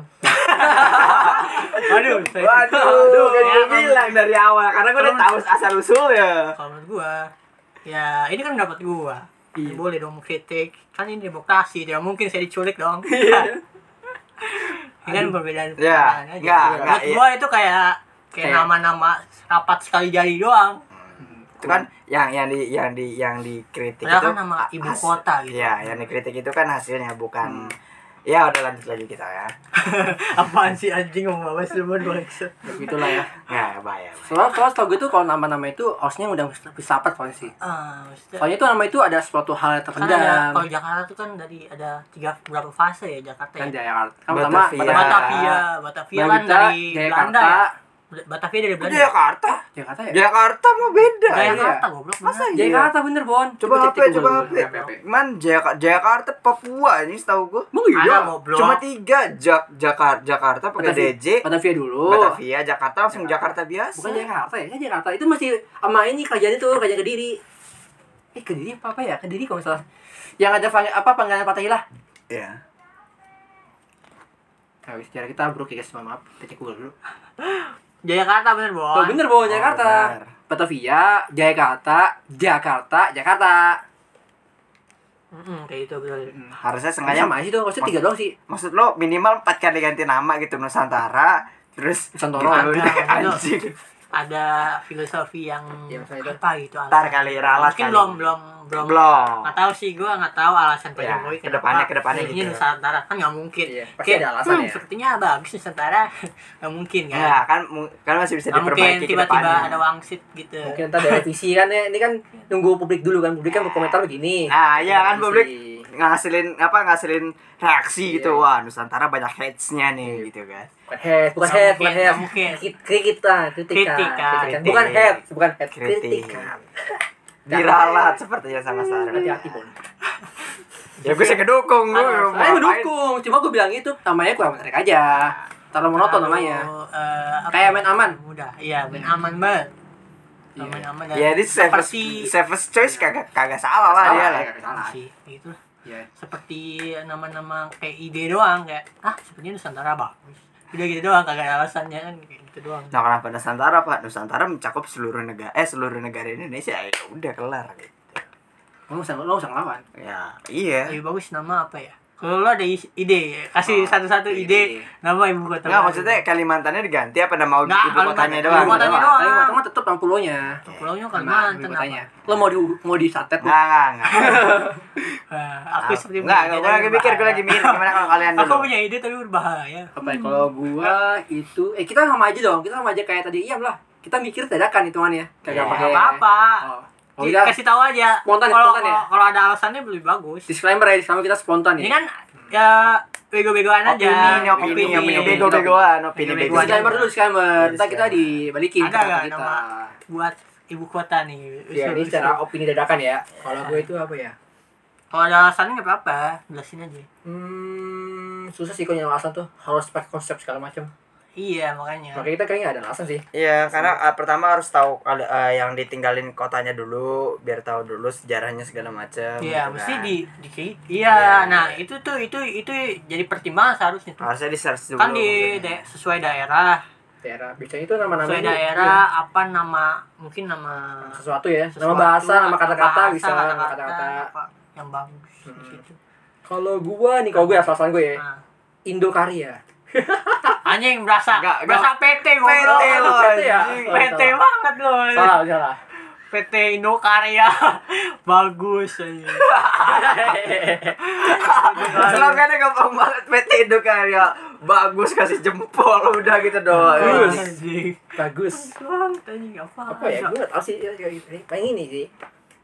Waduh, saya- Waduh, Aduh, kan ya, gue kalau- bilang dari awal karena gue udah tahu asal usulnya. Kalau menurut gua, ya ini kan pendapat gua. Iya. Boleh dong kritik. Kan ini demokrasi, tidak mungkin saya diculik dong. ini kan perbedaan Iya. Ya, pandangan aja. nggak, Menurut nggak, iya. gua itu kayak kayak Kayak- nama-nama rapat sekali jadi doang. Itu kan yang yang di yang di yang dikritik Padahal itu kan nama ibu has- kota gitu. Hmm. Ya, yang dikritik itu kan hasilnya bukan Ya udah lanjut lagi kita ya. Apaan sih anjing ngomong apa sih lu bangsat. gitulah ya Ya, bahaya. soalnya soalnya tau gue tuh kalau nama-nama itu harusnya udah filsafat soalnya sih Ah, maksudnya- soalnya itu nama itu ada suatu hal yang Kan ada, terpendam kalau Jakarta tuh kan dari ada tiga berapa fase ya Jakarta kan ya? Jakarta kan Batavia. pertama Batavia, Batavia kan Babita, dari Belanda Jakarta ya? Batavia dari Belanda. ya? Jakarta, Jakarta ya Jakarta mau beda. ya. Jakarta. Jakarta goblok. Masa bener. iya? Jakarta bener Bon Iya, Coba HP, cek- cek coba Google. HP. Man, Jaka- Jakarta, Papua ini setahu gue. Emang Ada iya? goblok. Cuma tiga Jak Jakar Jakarta pakai Batavia. DJ, Batavia dulu Batavia, Jakarta langsung Jakarta biasa. bukan Jakarta ya kan Jakarta itu masih sama ini kerjaan itu kerjaan kediri eh kediri apa, apa ya kediri kalau misalnya yang ada pang- apa panggilan Fatahillah Iya. Nah, wis, secara kita bro kita semua maaf, kita cek Google dulu. Jakarta bener, Bon. Ah, Tuh bener Oh, Bon, Jakarta. benar. Batavia, Jakarta, Jakarta, Jakarta. Mm-mm, kayak gitu betul. Harusnya sengaja Kayaknya sama sih tuh, maksudnya tiga doang sih. maksud lo minimal empat kali ganti nama gitu Nusantara terus gitu, Nusantara. udah, Nah, gitu. anjing Ada filosofi yang Ya, misalnya itu. apa gitu. ntar alasan. kali ralat Mungkin kali. belum belum belum belum nggak tahu sih gue nggak tahu alasan Pak Ya, Jokowi kedepannya- kedepannya milihnya gitu. Nusantara kan nggak mungkin Iya, pasti Kayak, ada alasan hmm, ya. sepertinya bagus Nusantara nggak mungkin kan ya kan mu- kan masih bisa nggak mungkin diperbaiki tiba-tiba kedepannya. ada wangsit gitu Mungkin ntar ada revisi kan ya. Ini kan nunggu publik dulu kan. Publik kan berkomentar begini. nah iya kan Revisi. publik ngasilin apa ngasilin reaksi Iya. gitu wah Nusantara banyak hatesnya Iya. nih gitu kan Bukan head, bukan Nggak head, mungkin, bukan head. nggak mungkin. Kritik- Kritikan, kritikan. Kritikan. kritikan. Bukan Kritik. head, bukan head. Kritik. Kritikan. diralat sepertinya sama Sarah Hati-hati Bon. ya gue sih ngedukung gue mau Saya ngapain. mendukung, cuma gue bilang itu namanya kurang menarik aja. Terlalu monoton namanya. Lalu, eh, apa Kayak ya? main aman. Iya. mudah iya main aman banget Kalau main aman dan ya ini safest seperti safest choice kagak kagak salah lah dia lah ya, kagak salah. sih gitu lah. Iya. seperti nama-nama kayak ide doang kayak ah sepertinya Nusantara bagus udah gitu doang kagak ada alasannya kan kayak gitu doang Nah kenapa Nusantara Pak? Nusantara mencakup seluruh negara eh seluruh negara Indonesia ya udah kelar gitu. Lo nggak usah, lo nggak usah ngelawan. Ya iya. lebih bagus nama apa ya kalau lo ada is- ide kasih Oh, satu-satu iya, ide iya. nama ibu kota Enggak baru. maksudnya Kalimantannya diganti apa nama Nggak, ibu kotanya Kalimantan- doang? ibu kotanya doang. Tapi Batam mah tetep pulau nya. pulaunya Kalimantan apa Lo mau di mau di satet Enggak, enggak, Eh, aku Ah, enggak. seperti Enggak, punya enggak, ide gue lagi tapi mikir, gue berbahaya. lagi mikir gimana kalau kalian aku dulu. punya ide tapi berbahaya apa ya kalau gua itu eh kita sama aja dong kita sama aja kayak tadi iya lah kita mikir dadakan hitungannya kagak Iya. pakai apa apa oh, oh udah kasih tahu aja Spontan, kalau spontan ya? kalau- kalau ada alasannya lebih bagus disclaimer ya disclaimer kita spontan ini ya kan ya bego-begoan aja. Opini, opini, Opini. opini, bego-begoan, opini Opini. bego Disclaimer dulu, disclaimer. Iya, Ntar kita Disclaimer. dibalikin Ada nggak kata kita. nama? Buat ibu kota nih. Ya, ini secara opini dadakan ya. Kalau gue itu apa ya? Kalau ada alasannya nggak apa-apa, jelasin aja. Hmm, susah sih kalau nyari alasan tuh harus pakai konsep segala macam. Iya, makanya. Makanya kita kayaknya nggak ada alasan sih. Iya, karena eh, pertama harus tahu ada eh, yang ditinggalin kotanya dulu, biar tahu dulu sejarahnya segala macam. gitu Nah. Iya, mesti kan. di di Iya. Iya, nah itu tuh itu itu jadi pertimbangan seharusnya tuh. harusnya di search dulu. Kan di maksudnya. da- sesuai daerah, Daerah biasanya itu nama-nama sesuai itu, daerah apa nama mungkin nama ya, sesuatu ya. iya. nama sesuatu, bahasa, nama kata-kata bahasa, bisa, nama kata-kata. apa yang bagus Hmm. di situ. Kalau gua nih, kalau gue alasan gue ya, Nah, Indo Karya. anjing berasa Nggak, nggak. berasa PT PT goblok. lo PT ya? anjing. Salah, PT banget loh. Salah, salah. PT Indokarya bagus anjing. Slogannya kan gampang banget PT Indokarya. ya. Bagus kasih jempol udah gitu doang. Bagus. Anjing. Bagus. Banget, anjing apa? Apa ya? Gue nggak tahu sih. ya, kayak gini. Kayak ini sih.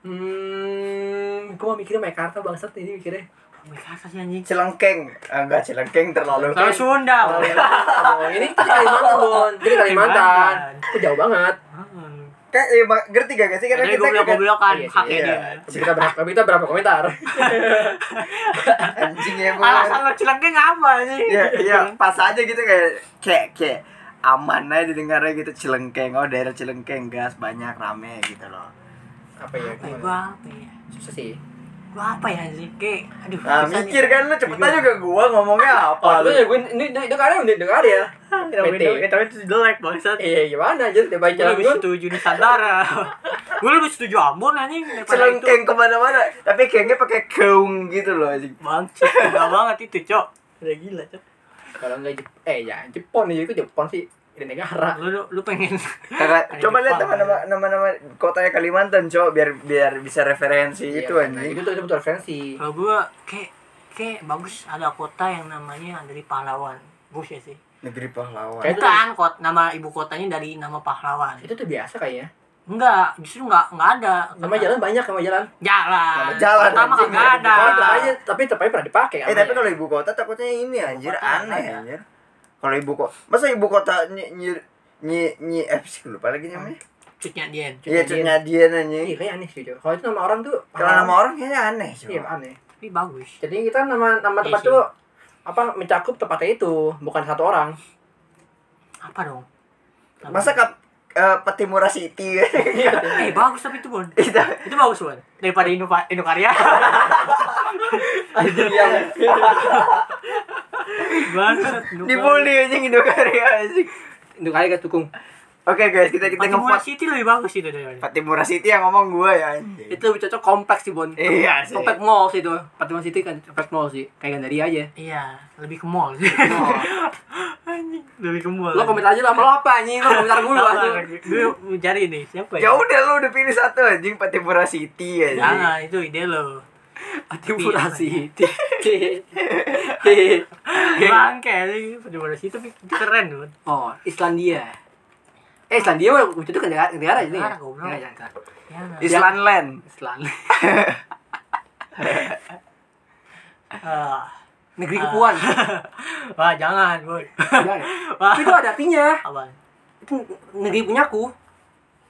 Hmm, gue mikirnya Mekarta bangsat ini mikirnya. Mikasa sih anjing. Celengkeng. Ah, Enggak celengkeng terlalu. Kalau Sunda. Oh, ya? iya. Oh, ini kita Kalimantan, Bun. Kita Kalimantan. Kalimantan. Itu jauh banget. Heeh. Kayak eh, ma- ngerti gak sih karena Jadi kita goblok kan goblokan Iya sih, haknya iya. dia. Tapi kita berapa, tapi kita berapa komentar? anjing ya. bener. Alasan lo celengkeng apa sih? Iya, iya, pas aja gitu kayak kayak kayak aman aja didengarnya gitu celengkeng oh daerah celengkeng gas banyak rame gitu loh apa ya? Ay, Gua apa ya? Susah sih. Gua apa ya sih? Kayak aduh. ya. nah, susah nih. mikir kan lu cepetan juga gua ngomongnya apa Oh, lu itu ya gue ini ini dengar ya, ini dengar ya. Tapi PT. tapi itu jelek banget. Iya, gimana aja udah baca Gue lebih gue. setuju Nusantara. Gue lebih setuju Ambon anjing daripada celengkeng kemana-mana tapi kayaknya pakai keung gitu loh anjing itu. Bang, enggak banget itu, Cok. Udah gila, Cok. Kalau enggak Jep- eh ya Jepang ya, itu Jepang sih. Ini negara. Lu lu, lu pengen Kakak, Ada coba lihat Jepang, nama-nama nama-nama kotanya Kalimantan, cok, biar biar bisa referensi Iya, itu Nah, anjing. itu tuh itu betul referensi. kalau gua kayak kayak bagus ada kota yang namanya dari pahlawan. Bagus ya sih. Negeri pahlawan. Kayak- Bukan kot nama ibu kotanya dari nama pahlawan. Itu tuh biasa kayaknya. Enggak, justru enggak enggak ada. Nama jalan banyak nama jalan. jalan. Nama jalan, Pertama anjing. kagak ada. Tapi tetap aja, tapi tetap aja pernah dipakai. Eh tapi namanya. kalau ibu kota takutnya ini anjir kota aneh ada. anjir. Kalau ibu kota, masa ibu kota nyi nyi nyi, nyi eh sih, lupa lagi namanya. Cutnya dia. Iya, Cutnya cutnya dia anjing. Iya, kayak aneh sih. Jok. Kalau itu nama orang tuh Kalau nama orang kayaknya aneh, cok. Iya, aneh. Tapi bagus. Jadi kita nama nama Iya tempat sih. tuh apa mencakup tempatnya itu, bukan satu orang. Apa dong? Masa kap eh, Petimura City Eh bagus tapi itu Bon. Itu Itu bagus Bon. Daripada Innova Indokarya. Anjir yang Banget. dibully anjing Indokarya anjing. itu kali guys dukung. Oke guys, kita kita ngevote Patimura City lebih bagus itu daripada. Patimura City yang ngomong gua ya anjing. Iya. Itu lebih cocok kompleks sih, Bon. Iya sih. Kompleks mall sih itu. Patimon City kan kompleks mall sih. Kayak Gandaria aja. Iya, lebih ke mall. Anjing, lebih ke mall. Lo komentar aja lama lo apa anjing? Lo komentar dulu Sabar, aja. gitu. Gue cari nih siapa Ya udah lu udah pilih satu anjing Patimura City anjing. Jangan, itu ide lo. Iya. Patimura Tapi- City. Hehehe. Iya. Bangke, ini Patimura City tapi itu keren Bon. Oh, Islandia. Eh, Islandia mah itu kan negara, negara ini. Negara, goblok. Negara, negara. Ya, nah. Island Land. Islandia. Ah. Negeri Kepuan. Wah, jangan, Bon. Enggak ya? Wah. Tapi itu ada artinya. Apaan? Itu negeri punyaku.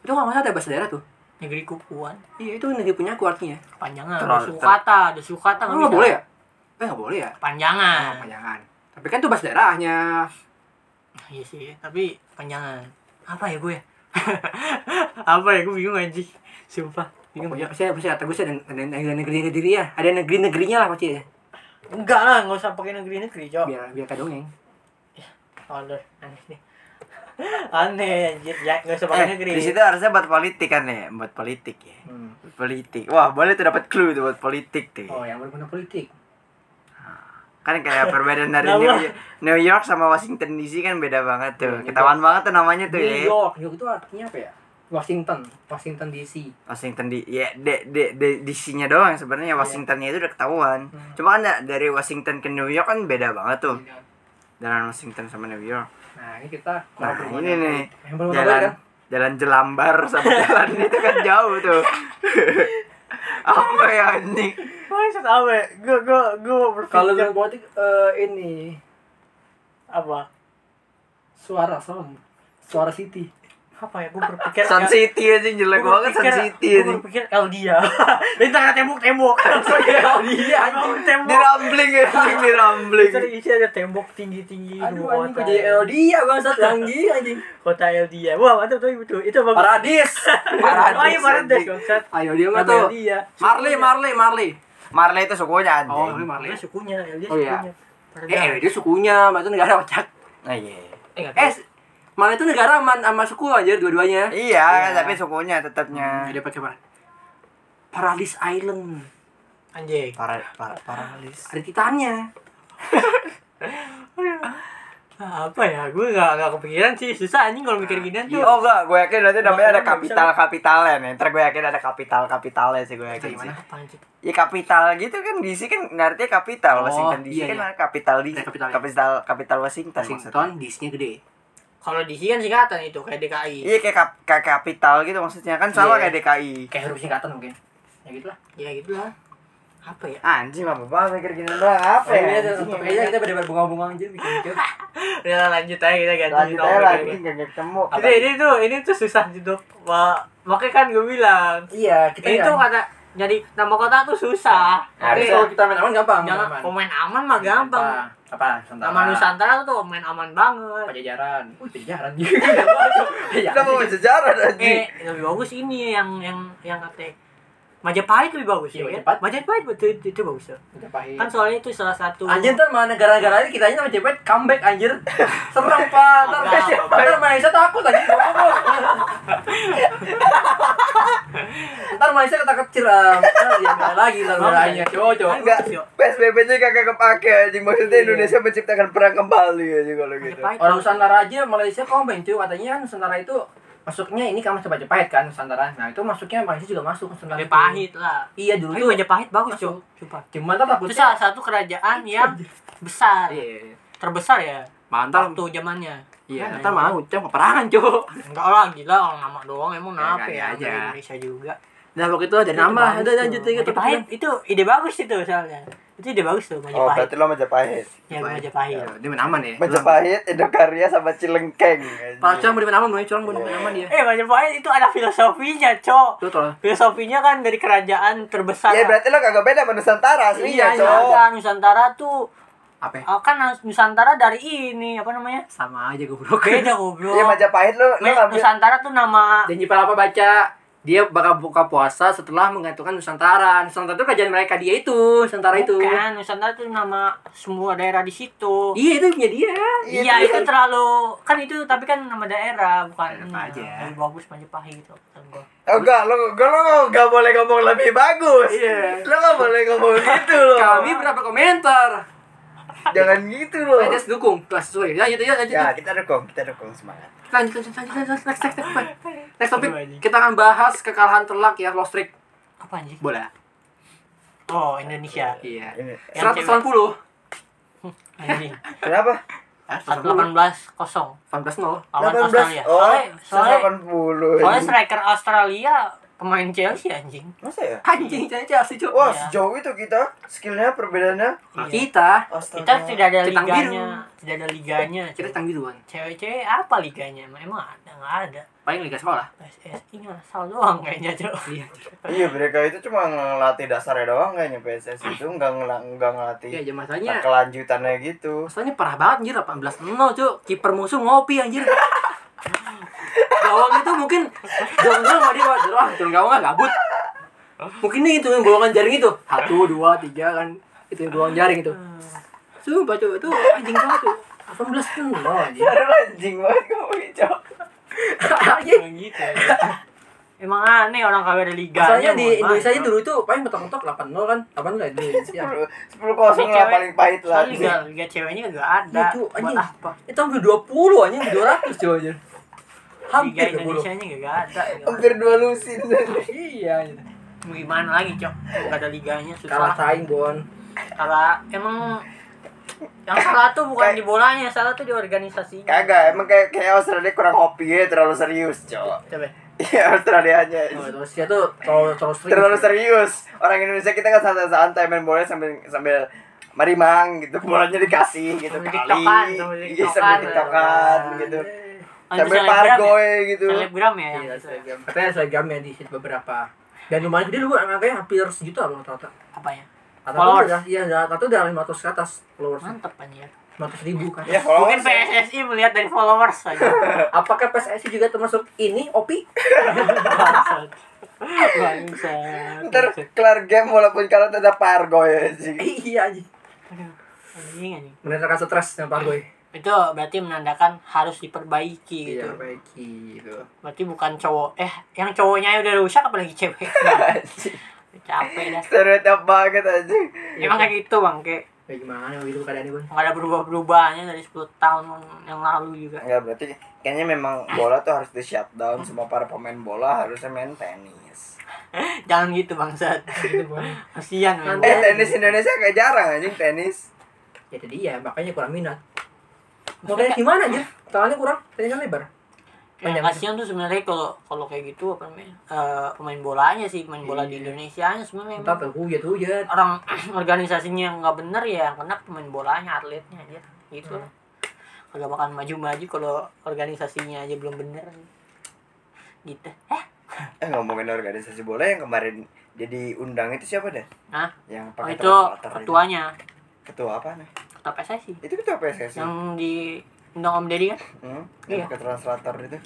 Itu kalau nggak salah ada bahasa daerah tuh. Negeri Kupuan. Iya, itu negeri punyaku artinya. Panjangan, Terlalu- Oh, ada suku kata, ada suku kata Kan Ah, nggak nggak bisa. Ah. boleh ya? Eh, nggak boleh ya? Panjangan. Oh, Jangan. Tapi kan itu bahasa daerahnya. Iya sih, tapi panjangan. Apa ya gue? apa ya gue bingung anjing. Sumpah, bingung Pokoknya ya. pasti pasti kata gue sih ada ada ada negeri negeri ya, ada negeri negerinya lah pasti ya. Enggak lah, enggak usah pakai negeri-negeri, Cok. Iya. Biar biar kayak dongeng. Oh, lu aneh nih. aneh anjir, ya enggak usah pakai Eh, negeri. di situ harusnya buat politik kan ya, buat politik ya. Buat politik. Wah, boleh tuh dapat clue tuh buat politik tuh. ya? Hmm. Eh. Oh, yang berguna politik. Kan kayak perbedaan dari Nama. New York, New York sama Washington DC kan beda banget tuh. Iya, New Ketahuan banget tuh namanya tuh New ya. York, New York itu artinya apa ya? Washington, Washington DC. Washington di ya de, de, de, DC-nya doang sebenarnya Washingtonnya itu udah ketahuan. Iya. Hmm. Cuma kan da- dari Washington ke New York kan beda banget tuh. Jalan Washington sama New York. Nah, ini kita Nah, kalau ini nih Yang berguna jalan politik kan? jalan jelambar sama jalan itu kan jauh tuh. Apa ya anjing? mindset apa ya? Gue gue gue Kalau berpikir bilang politik eh, ini apa? suara sound, suara city. Apa ya? Gue berpikir. Sun City aja jelek Gua banget Sun ya? berpikir- City gua aja. berpikir kalau dia bentar ada tembok tembok Iya, Emang Di tembok rambling ya, anjing, di rambling. Terus isi ada tembok tinggi tinggi Aduh, anjing kota ya. gue jadi Elodia bangsat canggih anjing. kota Eldia wah mantap tuh itu itu bagus Paradis. oh iya Paradis, paradis anjing. bangsat Ayo dia mah Kota tuh. Eldia Marley, Marley, Marley. Marley itu sukunya anjing. Oh, ini Marley. Dia sukunya Eldia Oh, iya. sukunya Eh, eh, dia sukunya, maksudnya negara kocak. Nah, iya. Eh, Marley itu negara sama, sama suku aja dua-duanya. Iya, Iya. tapi sukunya tetapnya. Nah, dia pakai apa? Paradis Island. Anjing. Para, para, paralis. Ada titannya. Ah, apa ya gue gak, gak kepikiran sih susah anjing kalau mikir ginian tuh Oh enggak, gue yakin nanti namanya Bahkan ada nggak bisa. kapital-kapitalnya nih. Ntar gue yakin ada kapital-kapitalnya sih gue yakin sih. Gimana? apa anjing Ya kapital gitu kan DC kan artinya kapital Oh, Washington DC iya, kan iya. ada kapital di Ada kapital, iya. kapital kapital Washington. maksudnya. Washington, disnya gede. kalau di sini kan singkatan itu kayak DKI Iya kayak kap- kayak kapital gitu maksudnya kan Iya. sama kayak DKI. Kayak huruf singkatan mungkin. Ya gitu lah. ya gitu lah apa ya Anjing apa banget mikir gini doang apa Iya, ya? Kayaknya anjing? tetep aja kita pada bunga-bunga aja mikir-mikir. udah lah, Ya, lanjut aja kita ganti iya. Lanjut aja topik lagi ini. nggak ketemu. Jadi ini tuh ini tuh susah hidup Wah, makanya kan gue bilang Iya, kita itu kan. Iya. kata jadi nama kota tuh susah Tapi Tapi kalau kita main aman gampang. jangan aman. Iya, Nah. komen aman mah gampang Apa? Apa? nama Nusantara tuh komen aman banget Pajajaran. Oh, pajajaran. Iya. Kita mau sejarah anjing. eh lebih bagus ini yang yang yang kata Majapahit lebih bagus ya, Iya, kan? Majapahit. Majapahit itu, itu, itu bagus ya. Majapahit. Kan soalnya itu salah satu Anjir ntar mana negara-negara ini kitanya sama Jepet comeback anjir. Serem pak. Ntar Apa? siapa? Ntar Malaysia takut anjir. bobo. Ntar Malaysia kata kecil am. Ntar dia main lagi ntar ya? merahnya. Cocok. Enggak, PSBB-nya kagak kepake anjing. Maksudnya Indonesia menciptakan perang kembali aja kalau gitu. Majapahit. Orang Nusantara aja Malaysia comeback cuy. Katanya kan Nusantara itu masuknya ini kan masih Majapahit kan Nusantara. Nah itu masuknya Malaysia juga masuk Nusantara. itu. Majapahit lah. Iya dulu Tapi tuh. Majapahit bagus, Cok. Coba. Cuma ntar Itu takutnya. salah satu kerajaan yang besar, Iya, iya, iya. terbesar ya Mantap. waktu zamannya. Oh, Iya, ntar malah ngucap peperangan, Cuk. Enggak lah, gila orang nama doang emang Ya, kenapa kali ya aja. aja. Indonesia juga. Nah, waktu itu ada nama, ada lanjut lagi Majapahit topiknya. itu ide bagus itu soalnya. Itu ide bagus tuh Oh, Majapahit. berarti lo Majapahit. ya Majapahit. Ya, Dia main aman ya. Majapahit, Indokarya sama Cilengkeng. anjing. Para curang bener aman, bener curang bener aman Ya. dia. Eh Majapahit itu ada filosofinya, Cok. Lu tolong. Filosofinya kan dari kerajaan terbesar. Ya berarti lo kagak beda sama Nusantara aslinya, Iya, cowok. ada Nusantara tuh Apa? ya? ah, kan Nusantara dari ini apa namanya? Sama aja goblok. Beda goblok. Iya Majapahit lo, lo Nah, ngambil Nusantara tuh nama Janji para apa baca? Dia bakal buka puasa setelah menggantungkan Nusantara. Nusantara itu kerajaan mereka dia itu, Nusantara itu. Bukan, Nusantara Kan, tuh nama semua daerah di situ. Iya itu punya dia. Iya, Iya, iya. itu terlalu kan itu tapi kan nama daerah bukan Daerah ya. apa aja. Lebih bagus Majapahit gitu. Oh, enggak, lo, enggak, lo enggak boleh ngomong lebih bagus. Iya. Lo enggak boleh ngomong gitu lo. Kami berapa komentar? Jangan gitu lo. Saya just dukung, kelas sesuai. Lanjut, lanjut, lanjut. Ya, kita dukung, kita dukung semangat. Lanjut, lanjut, lanjut, lanjut, lanjut, next, next, next, next. Next topic, kita akan bahas kekalahan telak ya, lost streak Apa anjing? bola. Oh, Indonesia. Iya. Ini. Yang 180, Anjing. Kenapa? 118 kosong 18 0. lawan 18. Australia. Oh, ya. Soalnya soalnya 180. soalnya striker Australia pemain Chelsea anjing. Masa ya? Anjing, cah cah sih, Cuk. Wah, Iya. sejauh itu kita skillnya perbedaannya iya. Iya, Kita, astaga. Kita tidak ada Centang liganya, biru. tidak ada liganya. kita tanggi duluan. Cewek-cewek apa liganya? Emang ada nggak ada? Paling liga sekolah. PSSI ngasal doang kayaknya, Cok. Iya, Iya, mereka itu cuma ngelatih dasarnya doang kayaknya PSS itu enggak enggak ngelatih iya, masanya kelanjutannya gitu. Masalahnya parah banget anjir 18 0 cuy. Kiper musuh ngopi anjir. Gawang itu mungkin jonggol sama dia wah wah, turun gawang gak gabut. Mungkin ini itu yang bolongan jaring itu. Satu, dua, tiga kan. Itu yang bolongan jaring itu. Sumpah cuy, itu anjing banget cuy. 18 0 anjing. Aduh, anjing banget kamu hijau. Anjing. Emang gitu ya. Emang aneh orang kagak ada liga. Iya, Soalnya di Indonesia aja ya. dulu itu paling mentok-mentok 8-0 kan 8-0 ya di Indonesia 10 kosong lah paling pahit lah. Soalnya liga, liga ceweknya gak ada. Iya, cu, Buat anjing. apa? Itu hampir 20 anjing 200 cuy anjir Liga Hampir 20 Indonesia-nya gak ada. Hampir dua lusin. Iya anjir. Mau Gimana lagi, Cok? Gak ada liganya Kalah susah. saing Bon Kalah. Emang yang salah tuh bukan di bolanya, salah tuh di organisasinya. Kagak, emang kayak kayak Australia kurang hobi ya, terlalu serius, cowok. Coba. Iya, Australia aja. Oh, terus dia tuh terlalu terlalu sering. Terlalu serius. Orang Indonesia kita kan santai-santai main bola sambil sambil marimang gitu. Bolanya dikasih gitu Sambil kali. tiktokan, sambil Iya, sambil tiktokan. Ah. tiktokan gitu. Oh, itu Sambil selebgram ya? pargoy gitu. Selebgram ya. Iya, selebgram. Katanya selebgram yang di hit beberapa. Dan lumayan gede lu angkanya hampir sejuta loh rata-rata. Apa ya? Rata-rata Followers. udah iya rata-rata udah 500 ke atas followers. Mantep anjir. 500 ribu kan. Ya, followers. Mungkin PSSI melihat dari followers aja. Apakah PSSI juga termasuk ini Opi? Bangsat. Bangsat. Ntar kelar game walaupun kalau tetap ya, pargoy sih. Eh, iya anjing. Aduh, Anjing anjing. Menandakan stres dengan Pak Goy. Itu berarti menandakan harus diperbaiki gitu. baiki Iya, gitu. Berarti bukan cowok. Eh, yang cowoknya udah rusak apalagi cewek. Capek dah. Stereotip banget aja. Emang kayak gitu bang, kayak Ya gimana gitu keadaannya Bun? nggak ada berubah-perubahannya dari 10 tahun yang lalu juga. Enggak berarti kayaknya memang bola tuh harus di shutdown semua para pemain bola harusnya main tenis. Jangan gitu bangsat. Gitu, Bun. Kasian memang. Eh tenis Indonesia kayak jarang anjing tenis. Ya itu dia, makanya kurang minat. Mau kayak gimana aja? Tangannya kurang, tangannya lebar. Yang kasihan tuh sebenarnya kalau kalau kayak gitu apa namanya? eh, pemain bolanya sih, pemain bola di Indonesia nya sebenarnya. Entar tuh hujat hujat. orang organisasinya yang nggak bener ya yang kena pemain bolanya atletnya aja gitu lah kagak bakal maju-maju kalau organisasinya aja belum bener gitu eh Eh ngomongin organisasi bola yang kemarin jadi undang itu siapa dah? nah Yang oh, pakai itu translator itu. ketuanya Ketua apa nih? ketua PSSI Itu ketua PSSI. yang di undang Om Deddy kan Hmm? Iya. Yang pakai translator itu.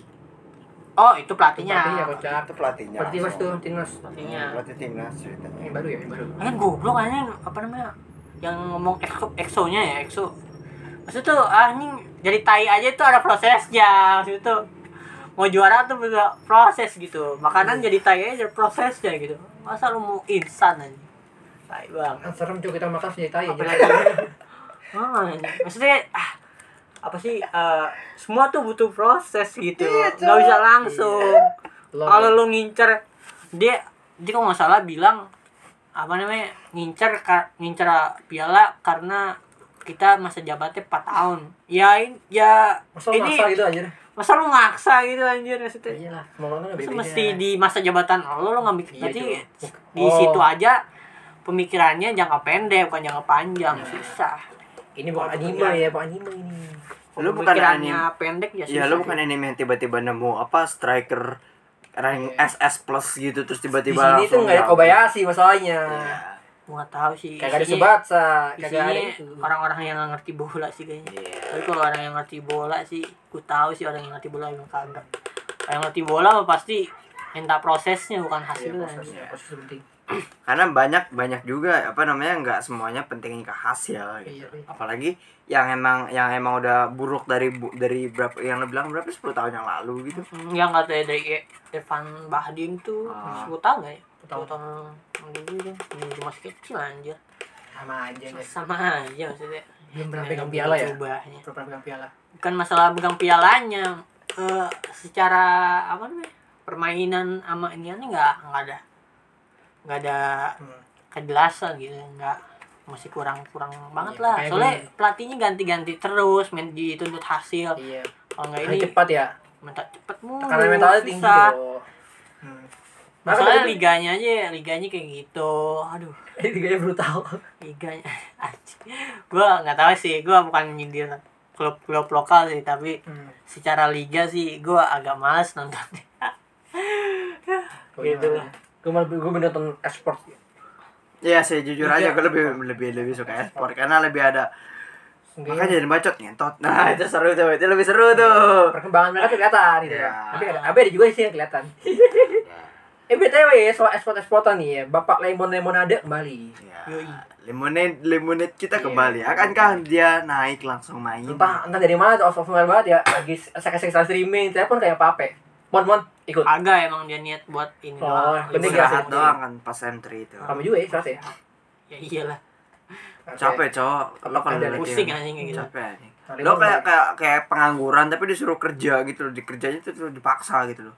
oh itu pelatihnya Tapi ya kocak. Itu pelatihnya. Berarti mas tuh Iya. langsung. timnas. pelatihnya Hmm, Pelatih timnas ceritanya. Yang baru ya, yang baru. kan goblok aja apa namanya yang ngomong exo exonya ya exo maksud tuh ah, anjing jadi tai aja tuh ada prosesnya maksud tuh mau juara tuh juga proses gitu makanan jadi tai aja ada prosesnya gitu masa lu mau instan aja tai banget Kan serem cuy kita makan senjata ya. apalagi Ah, anjing. maksudnya ah, apa sih eh, semua tuh butuh proses gitu Iya, nggak bisa Cok. langsung kalau lu ngincer dia dia kalau nggak salah bilang apa namanya ngincer ka- ngincer piala karena kita masa jabatnya 4 tahun ya in- ya Masa ini masa gitu aja. masa lu ngaksa gitu anjir maksudnya Iya lah, semua orang kan Terus beda. mesti di masa jabatan lo lo ngambil Iya, berarti Cok. di Oh. situ aja pemikirannya jangka pendek bukan jangka panjang Iya. susah Ini bukan Waktu anime kerja. ya, bukan anime ini. Lu bukan pemikirannya anim- pendek ya susah Iya, lu bukan anime yang tiba-tiba nemu apa striker rank SS plus gitu terus Di tiba-tiba sini tuh langsung nggak ada dapat. kobayashi masalahnya. Iya. gua nggak tahu sih Kagak ada Iya. Isinya- sebatsa, kagak ada isinya itu. orang-orang yang nggak ngerti bola sih kayaknya Iya. tapi kalau orang yang ngerti bola sih ku tahu sih orang yang ngerti bola emang kagak orang yang ngerti bola mah pasti minta prosesnya bukan Iya, hasilnya proses, proses penting. karena banyak banyak juga apa namanya nggak semuanya pentingin ke hasil gitu. Iya, iya. apalagi yang emang yang emang udah buruk dari bu- dari berapa yang lo bilang berapa 10 tahun yang lalu gitu Hmm, yang katanya dari Irfan Bahdim tuh Ah. ku tahu nggak ya Tahu. tahu tahun yang dulu kan hmm, cuma kecil anjir Sama aja guys. sama aja maksudnya Iya, Belum pernah Yang pegang piala ya. berubahnya. Belum pernah pegang piala. bukan masalah pegang pialanya eh secara apa namanya permainan sama ini nggak nggak ada nggak ada Hmm. kejelasan gitu nggak masih kurang kurang banget Iya, lah kayak soalnya gini. pelatihnya ganti-ganti terus main dituntut hasil Iya. kalau nggak Ini ini cepat ya. minta cepet mulu Karena mentalnya tinggi susah. loh. Hmm. Makanya masalahnya liga liganya aja liganya kayak gitu aduh liganya brutal. liganya anjing. gua nggak tahu sih gua bukan nyindir klub-klub lokal sih tapi Hmm. secara liga sih gua agak males nontonnya Gitu lah. Gue malah gue nonton esport. ya saya jujur Iya. aja gue lebih lebih lebih suka esport karena lebih ada Iya. makanya jadi bacot ngentot nah itu seru tuh itu lebih seru tuh perkembangan mereka tuh kelihatan gitu Iya. ya. Tapi ada, tapi ada juga sih yang kelihatan. eh btw ya soal ekspor eksportan nih ya, bapak lemon lemon ada kembali. ya, Yoi. lemonade lemonade kita Iya. kembali akankah dia naik langsung main Entah entah dari mana tuh off offline banget ya, lagi sakit-sakit saat streaming, telepon kayak pape. Mon mon ikut. agak emang dia niat buat ini Iya. Oh, doang. penting Liburan. istirahat iya. doang kan pas M3 itu Kamu juga ya, kelas ya. ya iyalah capek cowok lo kalau Ada liat pusing dia. anjing kayak gitu capek anjing. Hari lo kayak ini mulai. kayak kayak pengangguran tapi disuruh kerja gitu loh dikerjanya tuh, tuh dipaksa gitu loh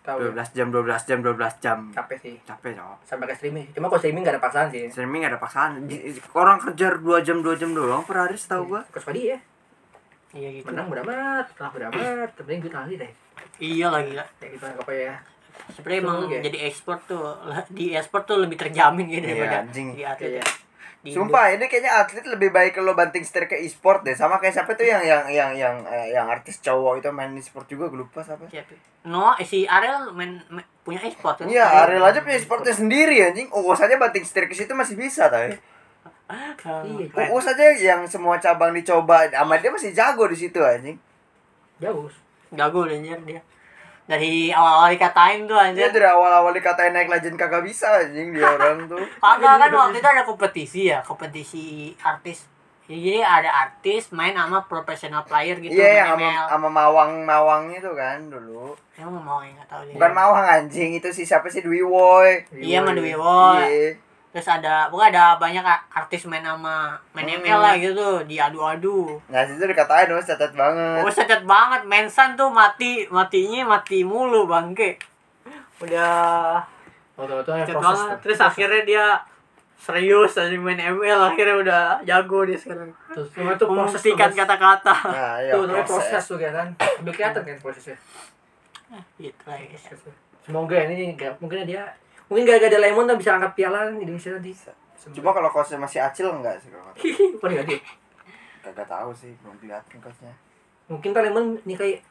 Tahu. ya, 12 jam 12 jam 12 jam Capek sih. capek cowok Sampai ke streaming. Cuma kalau streaming gak ada paksaan sih. streaming gak ada paksaan J- orang kerja 2 jam 2 jam doang per hari Iya. setahu gua Suka suka dia. iya gitu Menang beramat, kalah beramat, terpenting duit lagi deh. iya lagi lah ya kita nggak apa ya sebenarnya emang Semoga. jadi ekspor tuh lah, di ekspor tuh lebih terjamin ya. gitu Iya, daripada anjing. di atlet Iya. ya. Di Sumpah ini kayaknya atlet lebih baik kalau banting setir ke e-sport deh. Sama kayak siapa tuh yang yang yang yang eh, yang artis cowok itu main e-sport juga gue lupa siapa. Indo- siapa? No, eh, si Ariel main, main- punya ekspor kan? Iya, Ariel aja punya e-sportnya sendiri anjing. Uus aja banting setir ke situ masih bisa tapi. Iya. Uus aja yang semua cabang dicoba sama dia masih jago di situ anjing. jauh Jago udah anjir dia. Dari awal-awal dikatain tuh anjir. Dia Iya, dari awal-awal dikatain naik legend kagak bisa anjing dia orang tuh. Kagak kan waktu itu ada kompetisi ya, kompetisi artis. Iya, Jadi ada artis main sama professional player gitu Iya, yang sama main ML. sama mawang-mawang itu kan dulu. Emang mau enggak tahu dia. Bukan mawang anjing, itu si siapa sih Dwi Woy. Iya, sama Dwi Woy. Iya. Terus ada pokoknya ada banyak a- artis main sama main ML lah gitu, diadu-adu. Nah, situ dikatain Uus catat banget. Oh, cacat banget Mensan tuh mati, matinya mati mulu bangke. Udah waktu itu yang ya, cacat proses banget. tuh. Terus akhirnya dia serius aja main ML akhirnya udah jago dia sekarang. terus cuma itu proses tuh, Membuktikan guys. Hmm, kata-kata. Nah, iya. Tuh, namanya proses tuh ya kan udah kelihatan kan prosesnya Gitu lah guys. semoga ya, ini nggak- mungkin dia mungkin gak ada lemon tapi bisa angkat piala kan, Indonesia nanti Cuma kalau coachnya masih acil enggak sih kalau kata- Bukan nggak dia kagak tahu sih belum kelihatan coachnya. mungkin kan lemon ini kayak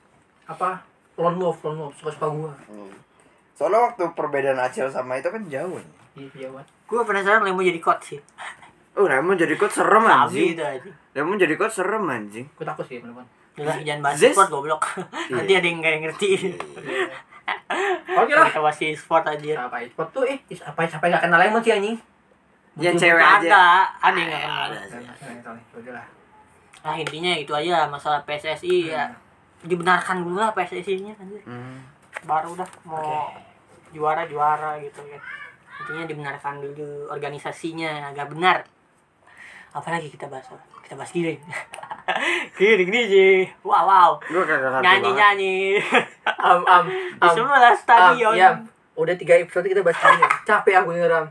apa lone wolf lone wolf suka suka gua Hmm. Soalnya waktu perbedaan acil sama itu kan jauh nih. iya buat Gue penasaran Lemo jadi coach sih. Oh, Raymond jadi coach serem Tapi anjing. itu aja. Raymond jadi coach serem anjing. gua takut sih teman-teman Udah, jangan bahas Zis? sport goblok. Nanti ada yang gak yang ngerti. oke lah Kita bahas sport aja. apa itu tuh eh is- apa siapa yang gak kenal lemon sih anjing Ya Butuh- cewek ada, aja. Ada yang gak kenal. udah lah Nah intinya itu aja masalah PSSI ya. Hmm. Dibenarkan dulu lah PSSI-nya anjir. Hmm. Baru dah mau juara-juara gitu kan. Intinya dibenarkan dulu organisasinya agak benar. Apalagi kita bahas apa? Kita bahas giring. giring nih Ji. Wow wow. Gua kagak ngerti. Nyanyi banget. nyanyi. am am am Di am sebelah stadion. ya udah tiga episode kita bahas ini capek aku ngeram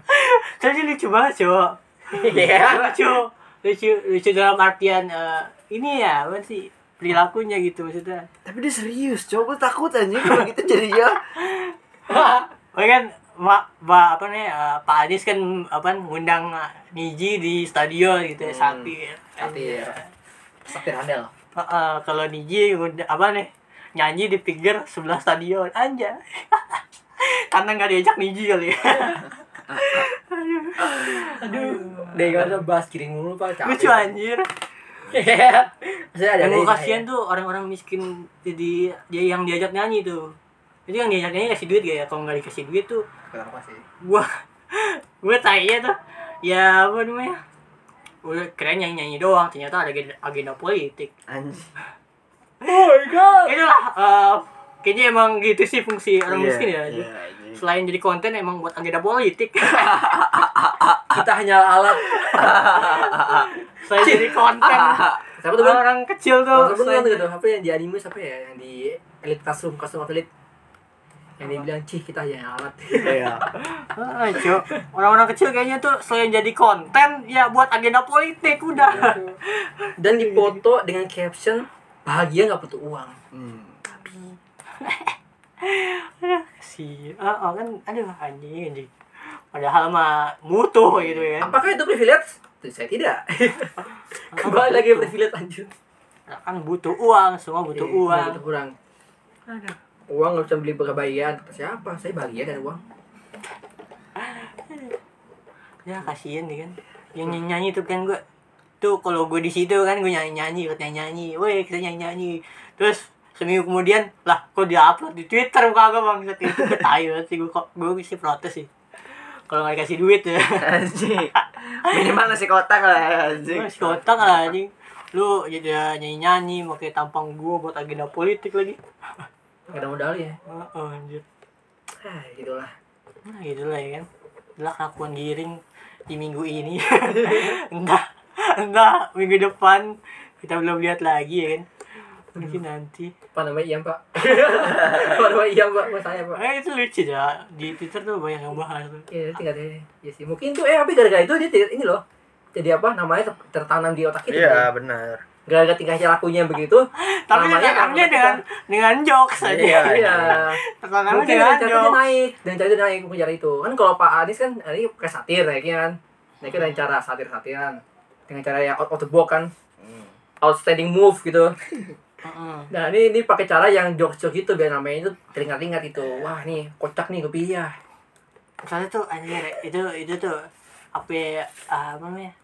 Jadi lucu banget cowok. iya lucu lucu lucu dalam artian eh, ini ya apa sih perilakunya gitu maksudnya Tapi dia serius, cowok gua takut anjing kalau gitu jadinya. Oke kan Pak Pak apa nih eh, Pak Anies kan apa ngundang eh, Niji di stadion gitu Hmm, ya satir Satir. sakit handel Eh, eh, kalau Niji ngundang- apa nih nyanyi di pinggir sebelah stadion aja karena nggak diajak Niji kali ya deh gak ada bahas kirim dulu pak capek lucu anjir Iya. Saya ada yang nih, gue kasihan saya. tuh orang-orang miskin jadi dia yang diajak nyanyi tuh jadi yang diajak nyanyi kasih duit gak ya kalau nggak dikasih duit tuh Kenapa sih? gua gua tanya tuh ya apa namanya udah keren nyanyi nyanyi doang ternyata ada agenda, agenda politik Anjing. Oh my god. itulah eh, kayaknya emang gitu sih fungsi orang Iya, miskin ya iya, anjing. selain jadi konten emang buat agenda politik Kita hanya alat. selain jadi konten Siapa tuh bang? orang kecil Kalau tuh tuh selain- kan gitu. Apa yang di anime siapa ya? Yang di Elite Classroom, Classroom of Elite. Yang dia bilang cih kita hanya alat. Iya. Ah, Cuk. orang-orang kecil kayaknya tuh selain jadi konten ya buat agenda politik udah Dan dipoto dengan caption bahagia nggak butuh uang. Hmm. si ah ah, kan aduh anjing anjing padahal mah mutu gitu ya Apakah itu privilege? Tuh, saya tidak. Kembali lagi privilege lanjut. kan butuh uang semua butuh uang Iya, Butuh uang. Uang nggak bisa beli kebahagiaan. Kata siapa? Saya bahagia dari uang. ya kasihan deh kan yang nyanyi, nyanyi tuh kan gue tuh kalau gue di situ kan gue nyanyi nyanyi ikut nyanyi nyanyi woi kita nyanyi nyanyi terus seminggu kemudian lah kok dia upload di twitter muka gue bang itu ketai banget sih gue kok gue sih protes sih kalau nggak dikasih duit ya Anjing. Minimal nasi kotak lah anjing. Mas kotak lah anjing lu ya, jadi nyanyi nyanyi pakai tampang gue buat agenda politik lagi Gak ada modal ya. oh, oh, anjir Ah, gitulah. Nah, gitu lah ya kan. Itulah kelakuan giring di minggu ini. entah, entah minggu depan kita belum lihat lagi ya kan. Mungkin Hmm. nanti. Apa namanya Iam pak? Apa namanya Iam pak? Mas saya pak. Eh itu lucu ya. Di Twitter tuh banyak yang bahas tuh. Iya, tinggal deh. Iya sih. Mungkin tuh eh tapi gara-gara itu dia tidak- ini loh. Jadi apa namanya ter- tertanam di otak kita. Iya, benar. gara-gara tingkah lakunya begitu Tapi namanya tekanannya nggak dengan dengan jokes ketekan. aja. iya Tekanannya mungkin dengan dan caranya jokes. naik dan caranya naik mungkin cara itu kan kalau Pak Anies kan ini pakai satir naiknya kan naiknya dengan cara satir-satiran dengan cara yang out, out the box kan outstanding move gitu Mm-mm. nah ini ini pakai cara yang jokes-jokes itu biar namanya itu teringat-ingat itu wah nih kocak nih gue pilih ya Soalnya tuh anjir itu itu tuh apa ya, ah, apa namanya?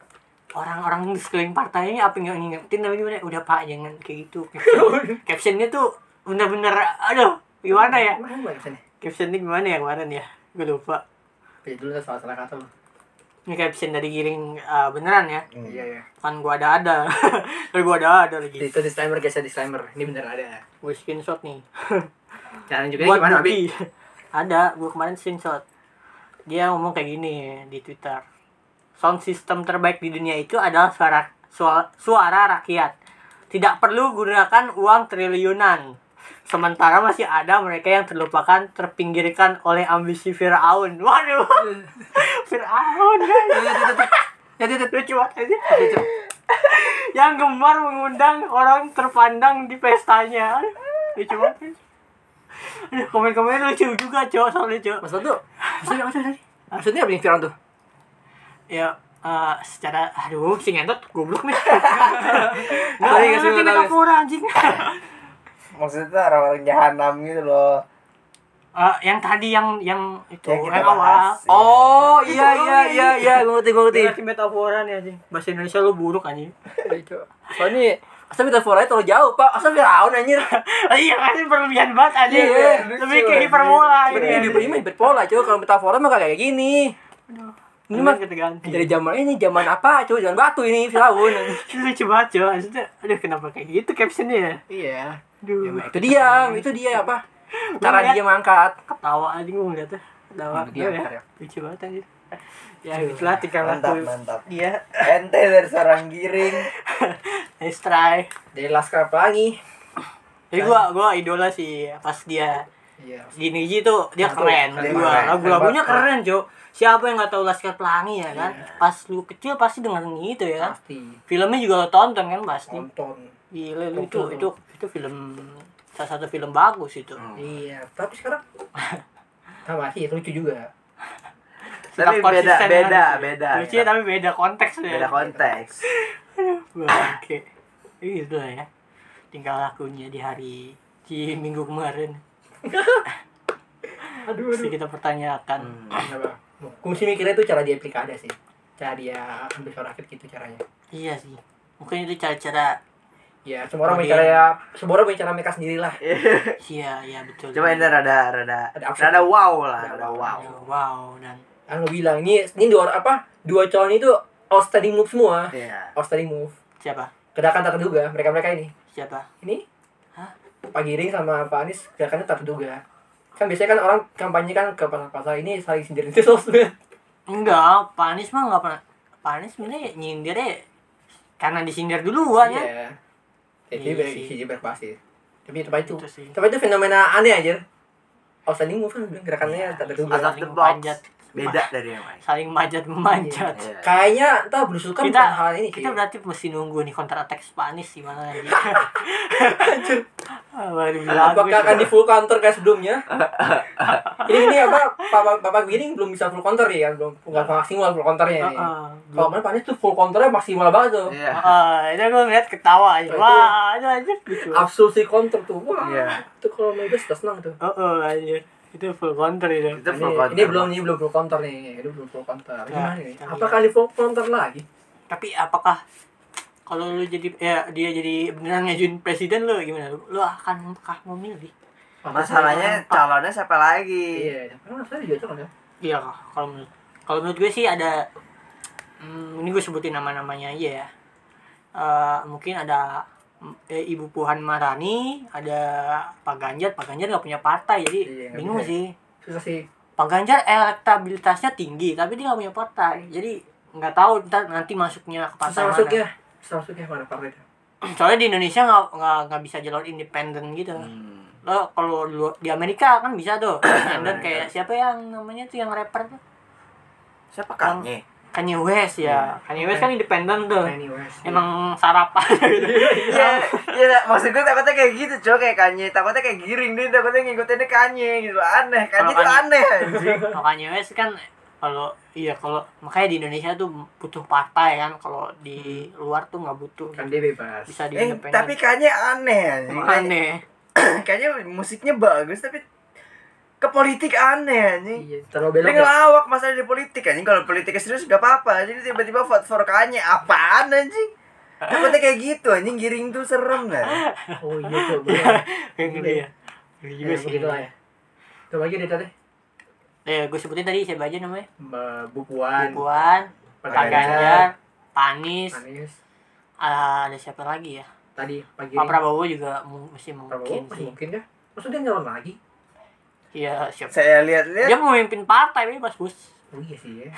Orang-orang di sekeliling partainya apa nggak ngingetin tapi gimana? Udah Pak jangan kayak gitu. Caption- captionnya tuh bener-bener aduh gimana ya? mana gue kesini Captionnya gimana ya kemarin ya? Gue lupa. pilih dulu ntar salah-salah kata lu Ini caption dari giring ah, beneran ya? iya iya Kan gua ada ada. Dari gua ada ada lagi. itu disclaimer guys ya disclaimer ini bener ada Gua screenshot nih. cara juga Iya, buat gimana Abi bukti. ada gue kemarin screenshot dia ngomong kayak gini di twitter sound system terbaik di dunia itu adalah suara suara, suara rakyat tidak perlu gunakan uang triliunan sementara masih ada mereka yang terlupakan terpinggirkan oleh ambisi Fir'aun waduh Fir'aun Ya, guys lucu banget aja yang gemar mengundang orang terpandang di pestanya Aduh, lucu banget guys. Aduh, komen-komen lucu juga, Cok, soalnya, Cok. maksud tuh maksudnya maksudnya maksudnya apa yang Fir'aun tuh Ya, eh, secara aduh, si ngentot goblok nih. Sorry, Enggak kasih ngerti gua tahu, metafora anjing. Maksudnya orang-orang jahanam gitu loh. Eh, yang tadi yang yang itu Kayak yang, kita awal. bahas. oh iya iya iya iya gue ngerti gue ngerti Ngerti metafora nih ya, anjing. Bahasa Indonesia lu buruk anjing. soalnya Gitu. asal metaforanya terlalu jauh pak asal Fir'aun anjir Ah, iya, anjing berlebihan banget anjing. Iya, Lebih ke hiperbola gitu. ini ini berpola cuy kalau metafora mah kagak kayak gini ini mah keteganti. dari zaman ini zaman apa cuy zaman batu ini Fir'aun lucu banget, Cok. Maksudnya, aduh kenapa kayak gitu captionnya ya? iya Aduh, itu dia itu dia apa cara dia mengangkat ketawa anjing gue ngeliatnya. Ketawa. Hmm, dia Aduh, ya. ketawa. Lucu banget anjing. Ya, itulah tingkah Mantap, laku mantap. dia. Ente dari seorang giring. Nice try. dari laskar pelangi Jadi gua gua idola sih pas dia iya di Niji tuh dia keren. keren, Gua keren. lagu-lagunya keren, Jo. Siapa yang nggak tahu Laskar Pelangi ya kan? Pas lu kecil pasti dengerin itu ya kan? pasti Filmnya juga lo tonton kan pasti. nonton Gila lu itu itu itu film salah satu film bagus itu. Hmm. iya tapi sekarang sama sih lucu juga Tapi Tetap beda, konsisten beda, kan? beda. Lucu tapi beda konteks ya. Beda konteks. Oke. Gitu lah ya. Tinggal lakunya di hari di minggu kemarin. aduh, Mesti kita pertanyakan. Hmm. Kenapa? Gue mesti mikirnya itu cara dia pilkada sih cara dia ambil suara rakyat gitu caranya Iya sih. Mungkin itu cara-cara ya semua orang Oh, punya iya. cara ya semua orang punya cara mereka sendiri lah iya iya betul. Coba Ente rada rada Ada absen. rada wow lah, Ada rada wow. Aduh, wow dan kan gue bilang ini ini dua orang- apa dua calon itu outstanding move semua Iya. outstanding move siapa? gerakan tak terduga mereka mereka ini Siapa? ini Hah? Pak Giring sama Pak Anies gerakannya tak terduga kan biasanya kan orang kampanye kan ke pasar-pasar ini saling sindir itu sosmed Enggak, Panis mah enggak pernah. Panis sebenarnya nyindir ya. karena disindir duluan ya. iya jadi Iya ber- sih. jadi berpasti tapi itu Iya. itu Itu sih. tapi itu fenomena aneh aja outstanding move kan gerakannya Iya. tak Out of terduga the Saling box. panjat. Beda dari yang lain. Saling manjat memanjat. Iya. kayaknya entah berusukan Kita bukan hal ini sih. kita berarti mesti nunggu nih counter attack Panis gimana lagi. Ah, Baru bilang Apakah akan di gue. full counter kayak sebelumnya? ini ini apa Bapak Bapak Giring belum bisa full counter ya kan belum nggak maksimal full counternya ini. Heeh, Kalau kemarin Pak Anies tuh full counternya maksimal banget tuh. Iya. Heeh, itu gue ngeliat ketawa aja. Itu- Wah, itu aja gitu. Absolusi counter tuh. Wah. Iya. Itu kalau Mega sudah senang tuh. Heeh, anjir. Itu full counter itu. Itu Ini, full counter. Iya. ini belum ini belum full counter nih. Ini belum full counter. Gimana nih? kita Apakah di full counter lagi? tapi apakah kalau lu jadi ya dia jadi beneran ngajuin presiden lu gimana lu, lu akan kah memilih Masalahnya calonnya siapa lagi? Iya, karena saya juga cocok ya. iya kah? kalau menurut kalau menurut gue sih ada hmm, ini gue sebutin nama-namanya aja ya Eh, mungkin ada mm, eh, Ibu Puhan Marani, ada Pak Ganjar, Pak Ganjar nggak punya partai jadi Iya, nggak bingung punya. sih. Susah sih. Pak Ganjar elektabilitasnya tinggi tapi dia nggak punya partai jadi nggak tahu ntar nanti masuknya ke Iya. partai Susah mana. ya. masuknya. ya. Susah masuknya mana partai? Soalnya di Indonesia nggak nggak nggak bisa jalur independen gitu. Hmm. lo kalau lu di Amerika kan bisa tuh dan kayak siapa yang namanya tuh yang rapper tuh Siapa Kanye? Kanye West ya. Kanye West kan independen tuh. Kanye West. Emang sarapan gitu. Iya, iya, maksud gue takutnya kayak gitu, cok, kayak Kanye. Takutnya kayak giring dia, takutnya ngikutinnya Kanye gitu. Aneh, Kanye Kalau tuh Kanye- aneh anjing. Kalau Kanye West kan kalau iya kalau makanya di Indonesia tuh butuh partai kan kalau di luar tuh nggak butuh kan dia bebas bisa di Eh, independen tapi Kanye aneh anjing. Oh, aneh Kanye musiknya bagus tapi ke politik aneh anjing. iya terlalu Dia belok ya. ngelawak masalah di politik anjing kalau politiknya serius gak apa-apa Jadi tiba-tiba vote for Kanye apaan anjing Takutnya kayak gitu anjing giring tuh serem lah oh iya coba ya, kayak gitu ya Ngeri juga ya sih begitu lah ya coba lagi deh tadi Eh, gue sebutin tadi siapa aja namanya? Mbak Bupuan Bupuan, Pak Pak Ganjar, Panis, eh, Anies ada siapa lagi ya? tadi pagi Pak Prabowo juga mu- masih mungkin Iya. masih sih. mungkin ya maksudnya nyalon lagi Iya, siapa? Saya Dia lihat-lihat memimpin partai bebas, Bus. oh iya sih ya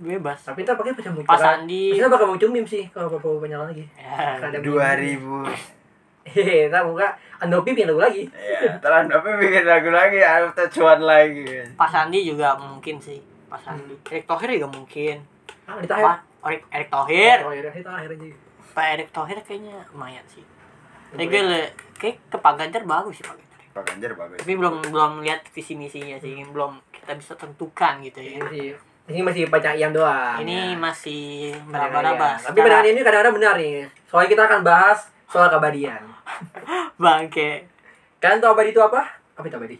Bebas. tapi ntar pagi bakal muncul Pak Sandi. Maksudnya bakal muncul meme sih kalau Pak Prabowo nyalon lagi Ya, Ada meme. 2000 hehehe ntar muka Andopi bikin lagu lagi Ya, telan apa bikin lagu lagi, ada cuan lagi. Pak Sandi juga mungkin sih. Pak Sandi. Hmm. Erick Thohir juga mungkin. ah di tahir Pak Erick, Erick Thohir. oh iya di tahir aja Pak Erick Thohir kayaknya lumayan sih. Tapi gue le- kayak ke Pak Ganjar bagus sih Pak Ganjar. Pak Ganjar bagus. Tapi belum belum lihat visi misinya sih, Hmm. belum kita bisa tentukan gitu ya. ini sih ini masih baca ayam doang Nah, Ini masih Kadang-kadang. meraba-raba. Iya. Tapi pandangan ini kadang-kadang benar nih. Soalnya kita akan bahas soal kabadian. bangke. Kalian tahu abadi itu apa? Apa itu abadi?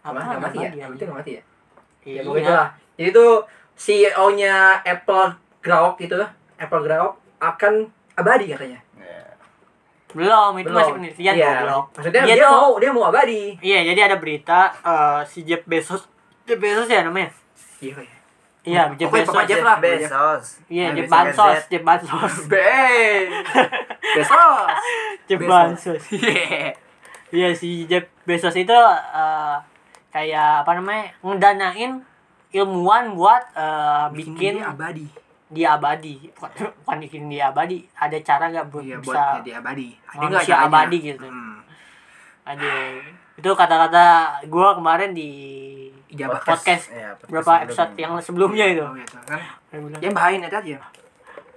Apa Nggak mati Iya, ya? namanya? Abadi itu nggak mati ya? Ya Iya. pokoknya itulah. Jadi itu CEO-nya Apple Grok gitu. Apple Grok akan abadi katanya. Belum, itu masih penelitian Iya. goblok. Maksudnya Iya, dia, tuh. mau dia mau abadi. Iya, jadi ada berita eh, si Jeff Bezos Jeff Bezos ya namanya? Iya. iya. Iya, Jeff Pokoknya Bezos. Papa Jeff Jeff- Ah, lah. Bezos. Iya, Nah, Jeff Bezos Bansos, Z. Jeff Bansos. Bey. Bezos. Jeff Bezos. Bansos. Iya, si Jeff Bezos itu eh, kayak apa namanya? ngedanain ilmuwan buat eh, bikin Ini abadi. dia abadi. Bukan, bukan bikin dia abadi, ada cara nggak buat Iya buat bisa jadi abadi. nggak manusia caranya. abadi gitu. Hmm. Aduh, itu kata-kata gua kemarin di Ijabah podcast Iya, sebelumnya. berapa episode yang sebelumnya itu. Oh, gitu kan. Saya bilang, Dia bahain aja ya.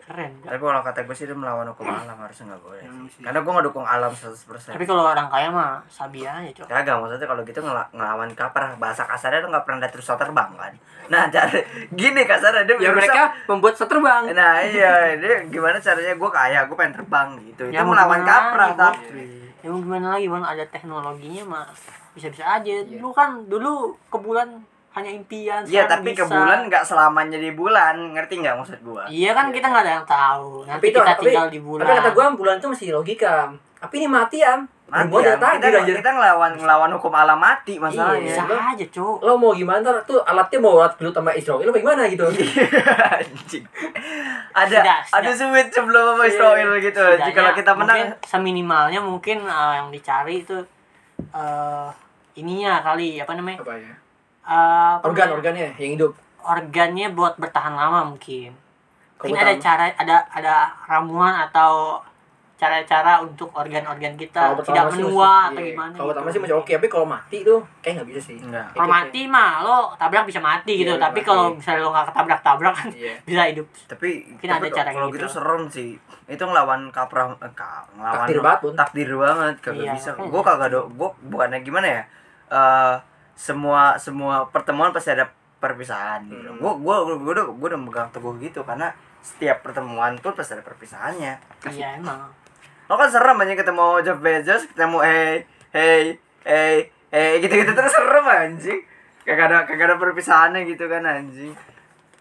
Keren. Tapi kalau kata gue sih dia melawan hukum alam harusnya nggak boleh. Emang sih. sih. Karena gue nggak dukung alam 100%. Hmm. Tapi kalau orang kaya mah sabi aja, Cok. Kagak maksudnya kalau gitu ngela- ngelawan kapar bahasa kasarnya tuh nggak pernah ada terus terbang kan. Nah cara gini kasarnya dia Ya merusak- mereka membuat seterbang. Nah iya dia gimana caranya gue kaya gue pengen terbang gitu. itu Ya, mau melawan gimana kaprah lagi, tapi. Ya mau gimana lagi, Bang? Ada teknologinya mah bisa-bisa aja. Dulu kan dulu ke bulan hanya impian. Iya sekarang tapi bisa. ke bulan nggak selamanya di bulan ngerti nggak maksud gue? Iya kan kita nggak ada yang tahu. Nanti itu- kita tapi- tinggal di bulan. Tapi kata gua bulan tuh masih logika. Tapi ini mati ya. Mati Gua ya, udah takdir kita, aja. kita ngelawan ngelawan hukum alam Iya. mati masalahnya. bisa aja, Cok. Lo mau gimana ntar tuh alatnya mau alat gelut sama Israel apa gimana gitu. Anjing. ada Sudah, sudah. ada suwit sebelum sama Israel gitu. Setidaknya Jika kita mungkin menang seminimalnya mungkin eh, yang dicari itu eh ininya kali apa namanya apa ya? Eh, apa namanya? Organ-organnya yang hidup. organnya buat bertahan lama mungkin mungkin ada Keutamaan. cara ada ada ramuan atau cara-cara untuk organ-organ kita Kalau pertama tidak sih menua masih- atau iya. gimana Kalau pertama gitu. sih masih oke, tapi kalau mati tuh kayak nggak bisa sih. Nggak. Kayak kalau gitu. mati mah lo tabrak bisa mati gitu Iya, tapi mati. kalau misalnya lo nggak ketabrak-tabrak kan Iya. bisa hidup tapi, Mungkin tapi ada cara kalau gitu. gitu serem sih itu ngelawan kaprah eh, ka- ngelawan Takdir banget, Bun. takdir banget kagak Iya, bisa makanya. gue kagak do gue bukannya gimana ya Eh semua semua pertemuan pasti ada perpisahan gitu Hmm. gue gue gue udah gue udah megang teguh gitu karena setiap pertemuan tuh pasti ada perpisahannya iya emang lo kan serem aja ketemu Jeff Bezos ketemu hey hey hey hey gitu gitu terus serem anjing kagak ada kagak ada perpisahannya gitu kan anjing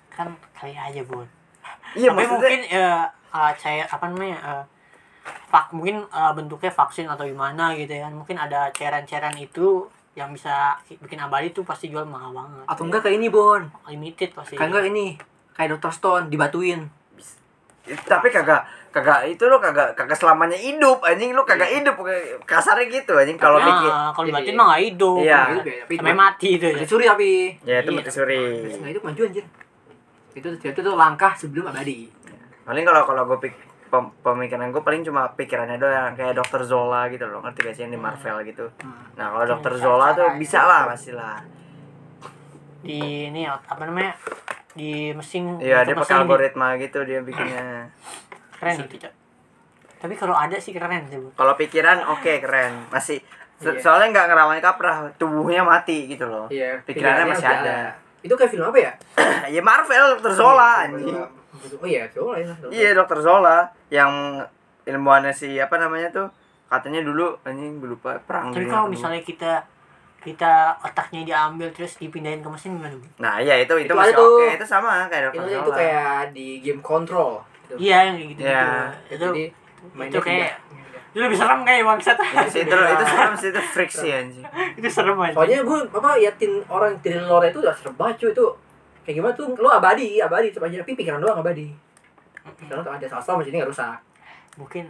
kan kali aja bun iya tapi maksudnya mungkin eh eh, cair apa namanya eh, vak- mungkin eh, bentuknya vaksin atau gimana gitu ya mungkin ada cairan-cairan itu yang bisa bikin abadi tuh pasti jual mahal banget Atau enggak kayak ini, Bon. limited pasti Kayak enggak ini. Kayak Dr. Stone dibatuin. Eh, tapi kagak kagak itu lo kagak kagak selamanya hidup anjing lo kagak Iya. hidup kayak- kasarnya gitu anjing kalau Nah, bikin kalau Iya, dibatin iya. mah nggak hidup Iya. Tapi sampai mati itu ya Dicuri tapi. ya itu Iya. mati suri Terus nggak hidup maju anjir. Itu itu tuh langkah sebelum abadi. paling kalau kalau gue pik pem- pemikiran gue paling cuma pikirannya doang kayak dokter Zola gitu loh ngerti gak sih yang di Marvel gitu Hmm. nah kalau Iya, dokter Zola tuh bisa lah pasti lah di ini apa namanya di mesin Iya, dia pakai untuk mesin di- algoritma gitu dia bikinnya. keren itu Cok. tapi kalau ada sih keren sih Bu. Kalau pikiran oke keren, masih so- soalnya nggak ngerawain kaprah, tubuhnya mati gitu loh. Iya, Pikirannya pikirannya masih udah ada. Itu kayak film apa ya? ya Marvel Dr. Iya, Zola anjing. Oh iya, Zola ya. Zola. Iya Dr. Zola yang ilmuannya si apa namanya tuh katanya dulu anjing gue lupa perang tapi dunia kalau kedua. misalnya kita kita otaknya diambil terus dipindahin ke mesin gimana Bu? Nah, iya itu itu, Itu masih ada tuh. oke. Itu sama kayak Itu, Dr. Zola. itu kayak di game control. Gitu. iya yang kayak gitu, -gitu. Iya. itu Jadi itu mainnya kayak kayak itu lebih serem kayak bangsat Iya sih, itu itu serem sih itu freak sih anjing. itu serem aja Soalnya gue apa yatin orang tiri lore itu udah serba cuy itu kayak gimana tuh lo abadi abadi cuma aja tapi pikiran doang abadi karena tuh ada salah sama jadi nggak rusak mungkin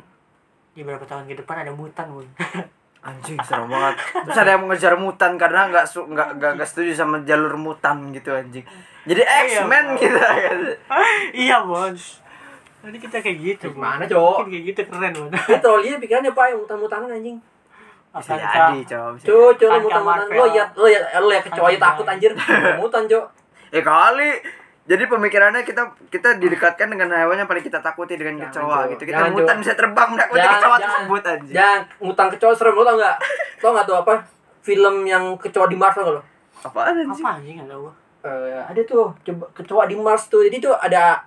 di beberapa tahun ke depan ada mutan Bu. Anjing serem banget. Terus ada yang mengejar mutan karena nggak su- nggak nggak nggak setuju sama jalur mutan gitu anjing. Jadi X-Men gitu. iya bos nanti kita kayak gitu Bu. Gimana, Cok? Mungkin kayak gitu keren Bon Dia trolinya pikirannya apa yang mutan-mutanan anjing. Bisa Apakah- jadi, coba. bisa jadi. Cuk, cuk lu Angka mutan-mutanan Marvel. lo ya lo ya lo ya kecoa Angka takut anjir. Mutan, Cuk. Ya kali. Jadi pemikirannya kita kita didekatkan dengan hewan yang paling kita takuti dengan Jangan, kecoa Jo. gitu. Kita Jangan, Jo. mutan bisa terbang menakuti Jangan, kecoa jangan. tersebut anjing. Jangan ngutang kecoa serem lo tau enggak? Tau enggak tuh apa? Film yang kecoa di Mars lo. Apaan anjing? apa anjing nggak tahu Eh, ada tuh coba kecoa di Mars tuh. Jadi tuh ada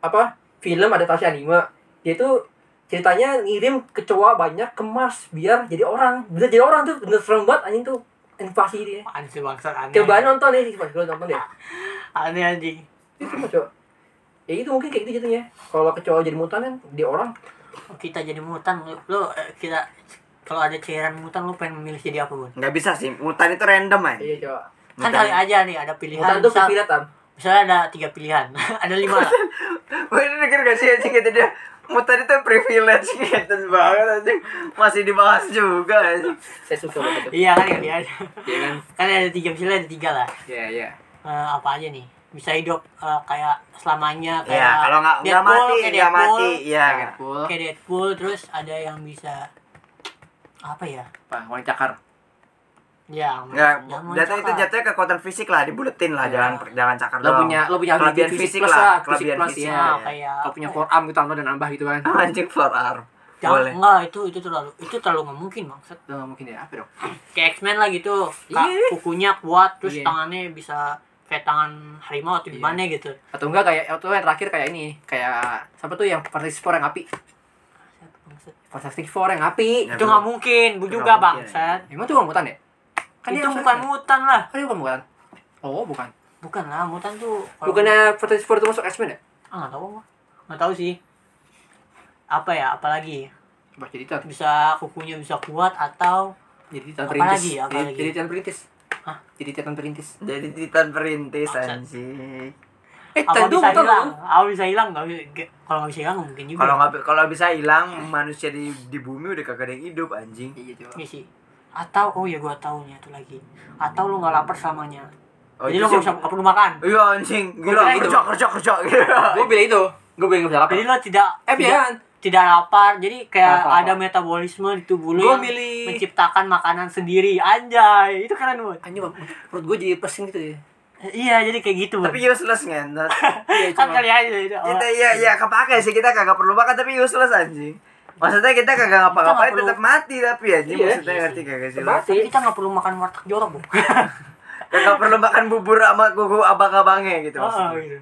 apa? Film adaptasi anime. Dia tuh ceritanya ngirim kecoa banyak ke Mars biar jadi orang. Bisa jadi orang tuh bener serem banget anjing tuh invasi dia. apaan sih bangsat aneh Coba nonton ya, coba lu nonton deh. aneh anjing itu mah cowok ya itu mungkin kayak gitu jatuhnya kalau kecoa jadi mutan kan di orang kita jadi mutan lu, lu, eh, kita kalau ada cairan mutan lu pengen memilih jadi apa bun Nggak bisa sih. Mutan itu random anjing. iya coba kan Mutan. ya. kali aja nih ada pilihan mutan tuh misal- kepirat tam misalnya ada tiga pilihan ada lima lah. Wah ini denger gak sih anjing kata dia Mutan itu privilege gitu banget anjing Masih dibahas juga anjing saya suka banget itu iya kan kali ada iya kan kan ada tiga misalnya ada tiga lah iya iya Eh, apa aja nih bisa hidup eh, kayak selamanya kayak Ya kalau gak, nggak Deadpool, mati kayak nggak Deadpool, mati Ya Deadpool kayak Deadpool terus ada yang bisa apa ya apa wanita cakar ya Nggak, yang mau jatuh itu cakar. jatuhnya kekuatan fisik lah, dibuletin lah, Iya. jangan jangan cakar lo doang. punya lo punya Kelebihan ability fisik plus lah, fisik kelebihan plus fisik. Ah. ya Nah, ya. kayak lo punya forearm gitu tambah dan nambah gitu kan Anjing forearm. Jangan, Boleh. enggak itu itu terlalu itu terlalu nggak mungkin maksud lo nggak mungkin ya apa dong kayak X-Men lah gitu Kak, Iya. kukunya kuat terus Iya. tangannya bisa kayak tangan harimau atau Iya. gimana gitu atau enggak kayak atau yang terakhir kayak ini kayak siapa tuh yang Fantastic Four yang api Maksud- Fantastic Four yang Ya, api itu nggak mungkin bu Itu nggak juga mungkin, bangsat emang tuh bukan mutan ya itu bukan mutan lah kan dia bukan mutan oh bukan bukan lah mutan tuh kalau- bukannya Fantastic Four itu masuk X-Men ya ah nggak tahu gua. nggak tahu sih apa ya apalagi coba jadi tan bisa kukunya bisa kuat atau jadi titan Apa perintis lagi, apa jadi, lagi? jadi titan perintis Hah? jadi titan perintis Jadi Titan perintis Maksud. anjing. eh apa titan itu bisa mutan hilang dong apa bisa hilang nggak bisa- nggak- kalau nggak bisa hilang nggak mungkin juga Kalau nggak kalau bisa hilang manusia di di bumi udah kagak ada yang hidup anjing. iya coba Iya sih. Atau oh ya gua taunya itu lagi. Atau lu nggak lapar selamanya. Oh, Jadi itu lu nggak sih- usah nggak perlu makan. Iya anjing, Gua gila kira kerja kerja kerja gitu. gue bilang itu gue bilang gak bisa lapar Jadi lu tidak eh tidak, biaran tidak lapar. Jadi kayak Apa-apa. ada metabolisme di tubuh lu Gua yang milih- menciptakan makanan sendiri. Anjay, itu keren banget. anjir perut gue jadi pesing gitu ya Eh, Iya, jadi kayak gitu. Tapi Tapi useless ngentot. iya kan cuma kali aja itu. Oh, kita iya iya kepake sih kita kagak perlu makan tapi useless anjing maksudnya kita kagak ngapa-ngapain Kita nggak tetap mati tapi anjing Iya, maksudnya iya ngerti kagak sih lo? mati Tapi kita nggak perlu makan warteg jorok, Bu. kagak perlu makan bubur sama gugu abang-abangnya gitu Oh, maksudnya gitu.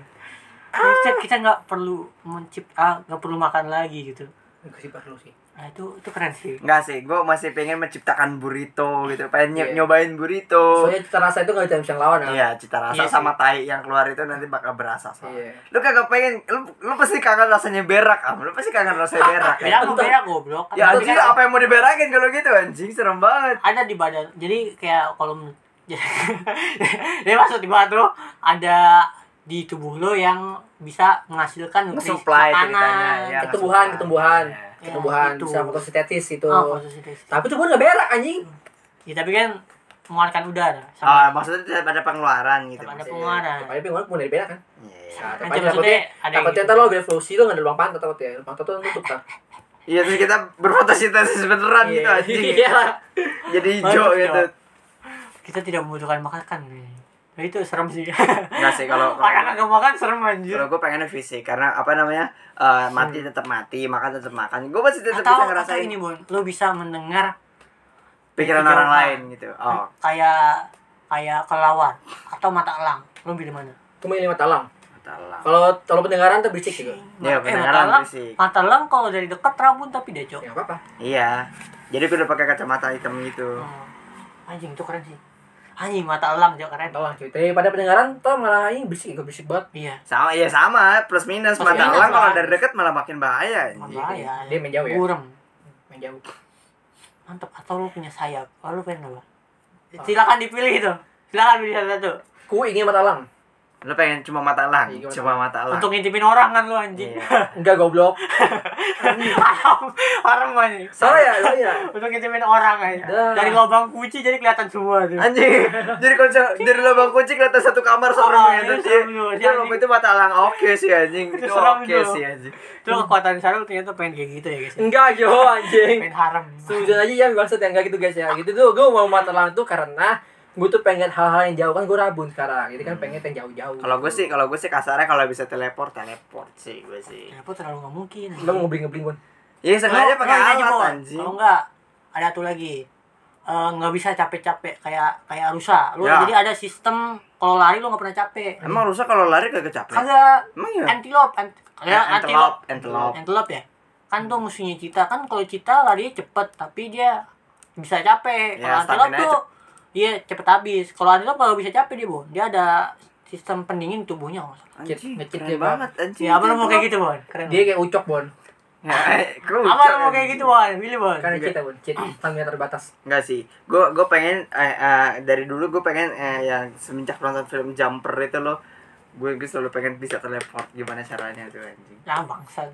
Kita kita nggak perlu mencipta, nggak perlu makan lagi gitu. gue sih perlu sih Nah, itu itu keren sih. Enggak sih, gue masih pengen menciptakan burrito gitu, pengen ny- Iya. nyobain burrito. Oh. soalnya cita rasa itu gak bisa bisa ngelawan kan Iya, cita rasa Iya sih. sama tai yang keluar itu nanti bakal berasa. Sal. Iya. Lu kagak pengen, lu, lu pasti kangen rasanya berak, am. Lu pasti kangen rasanya berak. ya. Beda, beda goblok. Kan Ya nanti anjing kan- apa yang mau diberakin kalau gitu anjing, serem banget. ada di badan jadi kayak kalau men- jadi maksud di badan lo ada di tubuh lo yang bisa menghasilkan nutrisi Nge-supply ceritanya, makanan ya. ketumbuhan Nggak ketumbuhan suka. Iya. ketumbuhan Iya, gitu. bisa fotosintesis itu Ah, Oh. fotosintesis. tapi tuh gue gak berak anjing ya, tapi kan mengeluarkan udara Ah, sama maksudnya tetap ada pengeluaran gitu. Tetap ada maksudnya. pengeluaran. tapi pengeluaran pun dari berak kan Iya. Nah, Anjir, takutnya- maksudnya ada yang takutnya gitu. ntar lo berevolusi lo gak ada lubang pantat takutnya lubang pantat tuh nutup kan Iya terus kita berfotosintesis beneran gitu anjing. iya Jadi hijau Mantap, gitu. kita tidak membutuhkan makanan Nah, itu serem sih. Nggak sih, kalau- kalau- orang kagak makan serem anjir. Kalau gue pengennya fisik karena apa namanya eh, mati tetap mati, makan tetap makan. Gue pasti tetap Hmm. Atau, bisa atau ngerasain ini Bon, lu bisa mendengar pikiran pikiran orang orang. lain gitu. Oh, kayak kayak kelawar atau mata elang. Lu pilih mana? Cuma ini mata elang. talang. Kalau kalau pendengaran tuh berisik juga. Ya, Eh, pendengaran mata elang, berisik. mata elang kalau dari dekat rabun tapi dia cok. Ya apa apa. Iya. Jadi gue udah pakai kacamata hitam gitu. Oh. Anjing itu keren sih. Anjing mata elang cok keren. Mata elang cuy. Daripada pendengaran tuh malah ini berisik, gak berisik banget. Iya. Sama ya sama, plus minus Plus mata minus elang kalau lah. dari dekat malah makin bahaya. anjing. Bahaya. Dia main jauh ya? Burem. Main jauh. Mantap. Atau lu punya sayap. Kalau lu pengen apa? Silakan dipilih itu. Silakan pilih salah satu. Ku ingin mata elang. Lu pengen cuma mata elang, Iya, gimana? cuma mata elang. Untuk ngintipin orang kan lu anjing. Iya. Enggak goblok. Haram. Haram anjing. Salah ya, salah ya. Untuk ngintipin orang aja. Dah. Dari lubang kunci jadi kelihatan semua tuh. Anjing, jadi konser dari lubang kunci kelihatan satu kamar serem Oh, gitu itu sih. serem juga sih, Dia lubang anjing. itu mata elang oke sih anjing, itu Itu serem oke juga. sih anjing. Itu kekuatan Sarul ternyata pengen kayak gitu ya guys. ya. Enggak yo anjing. Pengen haram. Sujud aja ya maksud yang enggak gitu guys ya. Gitu tuh gue mau mata elang tuh karena gue tuh pengen hal-hal yang jauh kan gue rabun sekarang. Jadi kan pengen yang jauh-jauh. Kalau gue sih, kalau gue sih kasarnya kalau bisa teleport, teleport sih gue sih. Ya, aku terlalu nggak mungkin. Lo mau ngebling-ngebling pun. Iya, sengaja Kalau- pakai kalau ini aja, alat Bon. anjing. Kalau enggak ada satu lagi. Eh, nggak bisa capek-capek kayak kayak rusa. Lu Ya. jadi ada sistem kalau lari lu nggak pernah capek. Emang rusak kalau lari kagak capek? Kagak ya, Emang ya? antilop, ant kayak antilop. Eh, Antelope, antelope. Antelop ya? Kan tuh musuhnya cita. Kan kalau cita larinya cepet, tapi dia bisa capek. Kalau Ya, antelop stamina-nya tuh dia cepet habis. Kalau antelop kalau bisa capek dia, Bon. Dia ada sistem pendingin tubuhnya. kalau nggak salah. Anjing, Ngecit keren dia banget anjing. Ya, apa lu mau kayak gitu? gitu, Bon? Keren. Dia kayak ucok bon. Apa lu mau kayak gitu, Bon? Pilih, Bon. Karena kita bon. Cita stamina terbatas. Enggak sih, gue gue pengen eh, eh, dari dulu gue pengen eh, yang semenjak nonton film Jumper itu loh, gue gue selalu pengen bisa teleport gimana caranya tuh anjing. Ya, bangsat.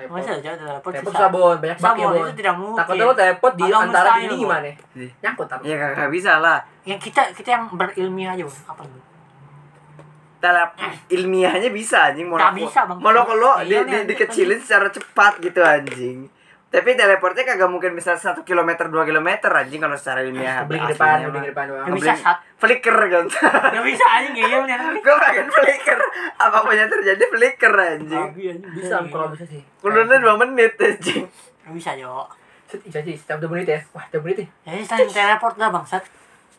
Masa Teleport aja telepon Teleport susah. susah bon. Banyak Susah, bug ya Bon. bon. Itu tidak mungkin. Takutnya lo teleport di Atau antara mustahil, ini Bon. gimana? Iya. Nyangkut takut. Iya kagak bisa lah, Yang kita kita yang berilmiah aja, Bon. Apa itu? telep ilmiahnya bisa anjing. Mau Nggak bisa, Bang. Mau lo di, Iya, di- nih, dikecilin secara cepat gitu anjing. Tapi teleportnya kagak mungkin bisa satu kilometer dua kilometer anjing kalau secara ilmiah. Beli aslinya ke depan, mah. beli ke depan Nggak doang. bisa, Beli- Sat. Flicker gitu. Nggak bisa anjing ngeyel nih. anak. gue pengen flicker apapun yang terjadi flicker anjing Bisa kalau bisa sih. kulunnya dua menit anjing Nggak bisa, Jo. Set, Bisa sih, setiap 2 menit ya. Wah, 2 menit nih. Jadi selain teleport dah, bangsat.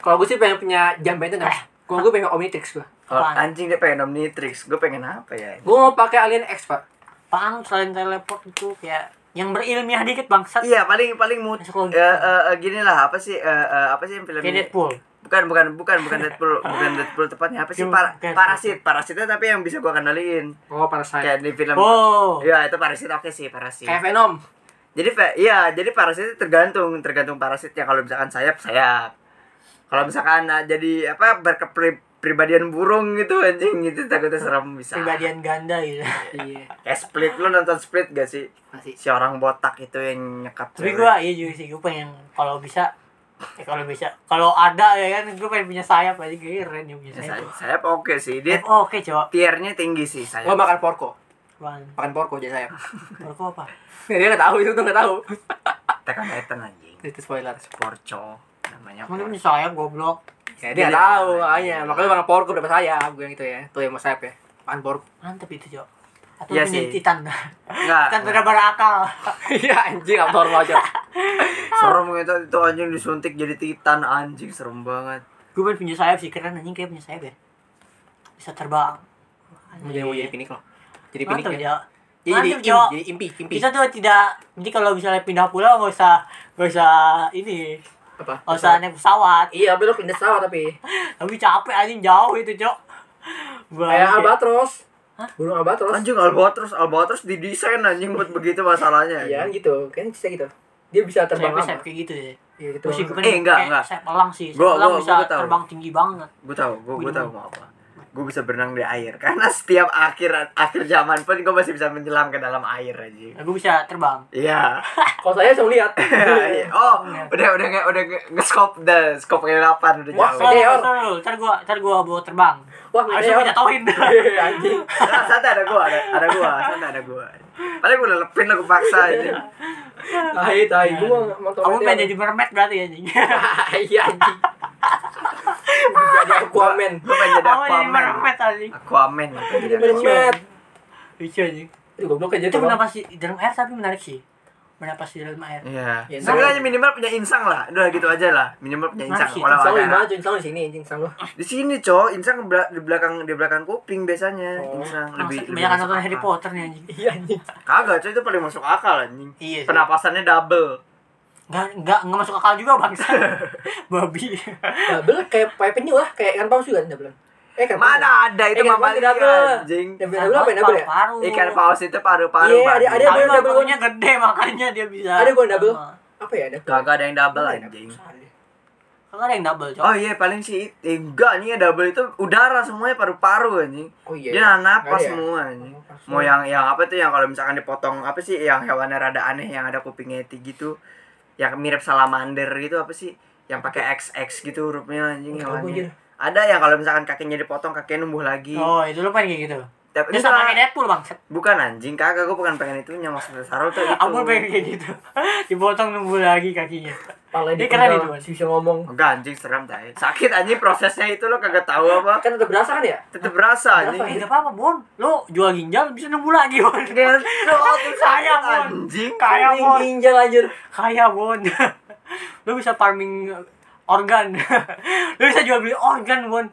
Kalau gue sih pengen punya jam benten dah. Gue gue pengen Omnitrix gue. Oh, Apaan? anjing dia pengen omnitrix gue pengen apa ya Gue mau pakai Alien X pak. Apaan selain teleport itu kayak yang berilmiah dikit bangsat. iya paling paling mut Masuk logika. eh, eh, eh, gini lah apa sih eh, eh, apa sih yang film Kayak ini Deadpool. bukan bukan bukan bukan Deadpool bukan Deadpool tepatnya apa sih Film Par- kayak- parasit parasitnya tapi yang bisa gue kendaliin Oh Iya. Parasite. kayak di film Oh. Ya itu parasit oke sih parasit. Kayak Venom. Jadi Fe, iya, jadi parasit itu tergantung tergantung parasitnya. Kalau misalkan sayap, sayap. Kalau misalkan ah, jadi apa berkepribadian burung gitu anjing gitu takutnya serem bisa. Pribadian ganda gitu. Iya. Kayak split lu nonton split gak sih? Masih. Si orang botak itu yang nyekap. Tapi cewek. gua iya juga sih, gua pengen kalau bisa eh, kalau bisa kalau ada ya kan gua pengen punya sayap aja kayaknya keren ya punya Ya, sayap. sayap, sayap oke sih. Dia Oh, oke, cowok. tiernya tinggi sih Gue sayap. makan porco. Bang, Makan porco aja saya. berko apa? Dia nggak tahu itu tuh nggak tahu. Tekan Titan anjing. itu spoiler. Porco namanya. Mana porco. punya sayap goblok. Ya dia nggak tahu. Makanya makanya makan porco dapat sayap. Gue yang itu ya. Tuh yang mau sayap ya. Makan porco. Mantep itu, cowok. Atau Iya punya sih. titan. Enggak. Titan tidak berakal. Iya anjing apa normal aja. Iya. Serem gitu itu anjing disuntik jadi Titan anjing serem banget. Gua pengen punya sayap sih, keren anjing kayak punya sayap ya. Bisa terbang. Mau jadi mau jadi pinik loh. Jadi pinik Mantep, ya. cowok. Jadi jadi Mantap, impi, Jok. jadi impi, impi. kita tuh tidak jadi kalau misalnya pindah pulau nggak usah nggak usah ini Apa? nggak usah naik pesawat Iya, tapi lo pindah sawah tapi. tapi capek anjing jauh itu cok Bangke. Kayak albatros. Burung albatros. Anjing albatros, albatros didesain anjing buat begitu masalahnya. Iya gitu. Kayaknya cerita gitu. Dia bisa terbang Sayapnya sayap lama. kayak gitu ya Iya gitu. Pusing Eh, enggak, enggak. sayap elang sih sayap Gua- elang gua- bisa gua tahu. terbang tinggi banget gue tau gue gue tau mau apa gue bisa berenang di air karena setiap akhir akhir zaman pun gue masih bisa menyelam ke dalam air aja nah, gue bisa terbang iya Kalau saya langsung lihat. Iya. oh udah udah nggak udah nge- nge-scope the scope ke delapan udah Wah, jauh saya- Sorry, sorry, ntar gue ntar gue bawa terbang Wah, harusnya gue meteor. jatohin Iya, Anjing. Nah, santai ada gue ada ada gue santai ada gue paling gue lepin lah gue paksa aja Iya. Tai tai gua nggak mau tau Iya. kamu meteor. pengen jadi mermaid berarti ya anjing Iya anjing. Jadi Aquaman. Gue pengen jadi Aku jadi Aquaman. merempet aja. Aquaman gua pengen jadi Aquaman. Mermet. Lucu aja. Itu goblok aja Itu tuh. bernapas di dalam air tapi menarik sih. Bernapas di dalam air. Iya. Ya, Sebenarnya minimal punya insang lah. Udah gitu aja lah. Minimal punya insang. Masih, Kalau Insang lu ada gimana cuy? Insang lu di sini anjing insang lu. di sini cowok insang bela- di belakang di belakang kuping biasanya Oh. insang Lebih, lebih lebih kebanyakan masuk nonton akal. Harry Potter nih anjing. Iya anjing. kagak cowok itu paling masuk akal anjing Iya sih. penapasannya double Enggak enggak enggak masuk akal juga bangsa. Babi. Double kayak kayak penyu lah, kayak ikan paus juga double. Eh, ikan paus. mana ada itu Eh, kenapa mamalia double? anjing Double double apa ya double ya? Paru. ikan paus itu paru-paru Iya, Bang. ada- Tapi double, double. parunya gede makanya dia bisa. Ada gua double. Sama. Apa ya? Double. kagak ada yang double Apa ya, anjing double? Salah deh. Kagak Kan ada yang double, Cok. oh iya paling sih eh, enggak nih double itu udara semuanya paru-paru anjing Oh iya. dia nahan napas Nggak ada ya? semua anjing Napas mau semua. yang yang apa tuh yang kalau misalkan dipotong apa sih yang hewannya rada aneh yang ada kupingnya tinggi gitu yang mirip salamander gitu apa sih yang pakai XX gitu hurufnya anjing Nggak Oh, tahu gua, hewannya ada yang kalau misalkan kakinya dipotong kakinya numbuh iya. lagi Oh, itu lu pengen kayak gitu. Tapi enggak. Dia sama kayak Deadpool, Bang. bukan anjing kagak gue bukan pengen itunya maksudnya sarul tuh itu Amul pengen kayak gitu. Dipotong numbuh lagi kakinya. Palanya Ini keren dipenggal, itu, Mas. masih bisa ngomong. enggak anjing serem tai sakit anjing prosesnya itu lo kagak tahu apa Kan tetap berasa kan ya? tetep berasa Eh, anjing enggak apa-apa, Bon. Lu jual ginjal bisa numbuh lagi, Bon. Dia- lo otak Kaya, sakit, Mon. anjing Kaya, Ini Bon. ginjal anjir. Kaya, Bon. Lu bisa farming organ. Lu bisa jual beli organ, Bon.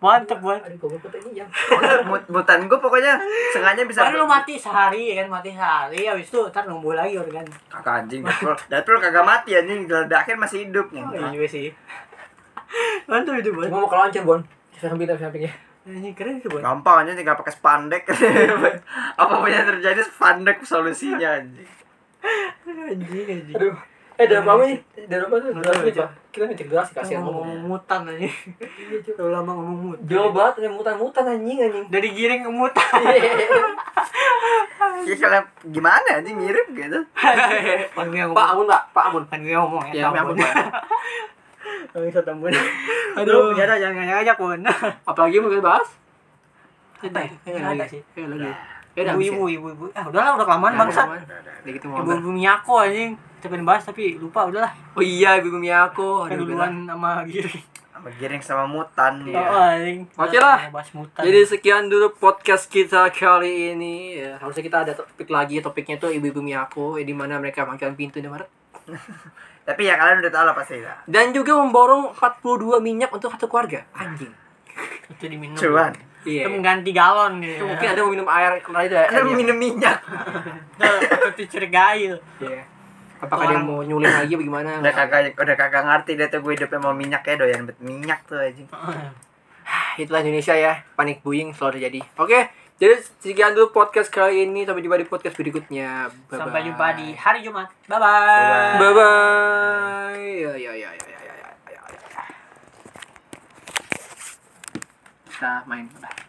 Mantep, Bon. Aduh, goblok kata ini yang. Pokoknya mut- mutan gue pokoknya sengaja bisa Baru lu mati sehari ya kan, mati sehari habis itu ntar numbuh lagi organ. kakak anjing Deadpool Deadpool kagak mati anjing diledakin masih hidup nih Iya juga sih. Mantap itu, Bon. Cuma mau kalau anjir, Bon. Saya ambil saya ambil ya. Ini keren sih, Bon. gampang aja tinggal pakai spandek apapun yang terjadi spandek solusinya anjing Anjing, anjing. Aduh. Eh, ada apa nih? Ada apa tuh? Nggak Gelas tahu, nih, Pak. Kita ngecek gelas kasihan ngomong. ngomong mutan aja. Terlalu lama ngomong mutan. Jauh banget ada mutan-mutan anjing anjing. Dari giring ke mutan. ya kalau gimana anjing mirip gitu Panggil yang Pak Amun, ngomong. Pak. Pak Amun. Panggil yang ngomong ya ya. ampun Panggil satu tambun. Aduh, jangan jangan ngajak, Bon. Apalagi mau kita bahas? Apa ya? Nggak ada sih. Eh, lagi. Eh, udah habis ya? Ibu-ibu, ibu-ibu. Ah, udahlah, udah kelamaan bangsat. Udah gitu mau. Ibu-ibu Miyako anjing. Kita pengen bahas tapi lupa udahlah. Oh iya, Ibu Miyako. Kan Aduh, beda. Iya. duluan sama giring. sama giring sama mutan ya. Oh, anjing. Oke lah. Bahas mutan. Jadi sekian dulu podcast kita kali ini. Ya, harusnya kita ada topik lagi. Topiknya tuh ibu-ibu Miyako, eh, di mana mereka panggilan pintu di Maret. tapi ya kalian udah tau lah pasti lah Dan juga memborong 42 minyak untuk satu keluarga. Anjing. itu diminum. cuman Itu Iya. mengganti galon Itu gitu. ya. Mungkin ada mau minum air kemarin itu ya. ada Iya. minum minyak Itu dicurigai. Iya. Apakah dia mau nyuling lagi apa gimana? udah kagak udah kagak ngerti deh tuh gue hidupnya mau minyak ya doyan bet minyak tuh anjing Ah, Itulah Indonesia ya. Panik buying selalu terjadi. Oke. Jadi sekian dulu podcast kali ini. Sampai jumpa di podcast berikutnya. Bye-bye. Sampai jumpa di hari Jumat. Bye bye. Bye bye. Ya ya ya ya ya ya ya. ya. Kita main udah.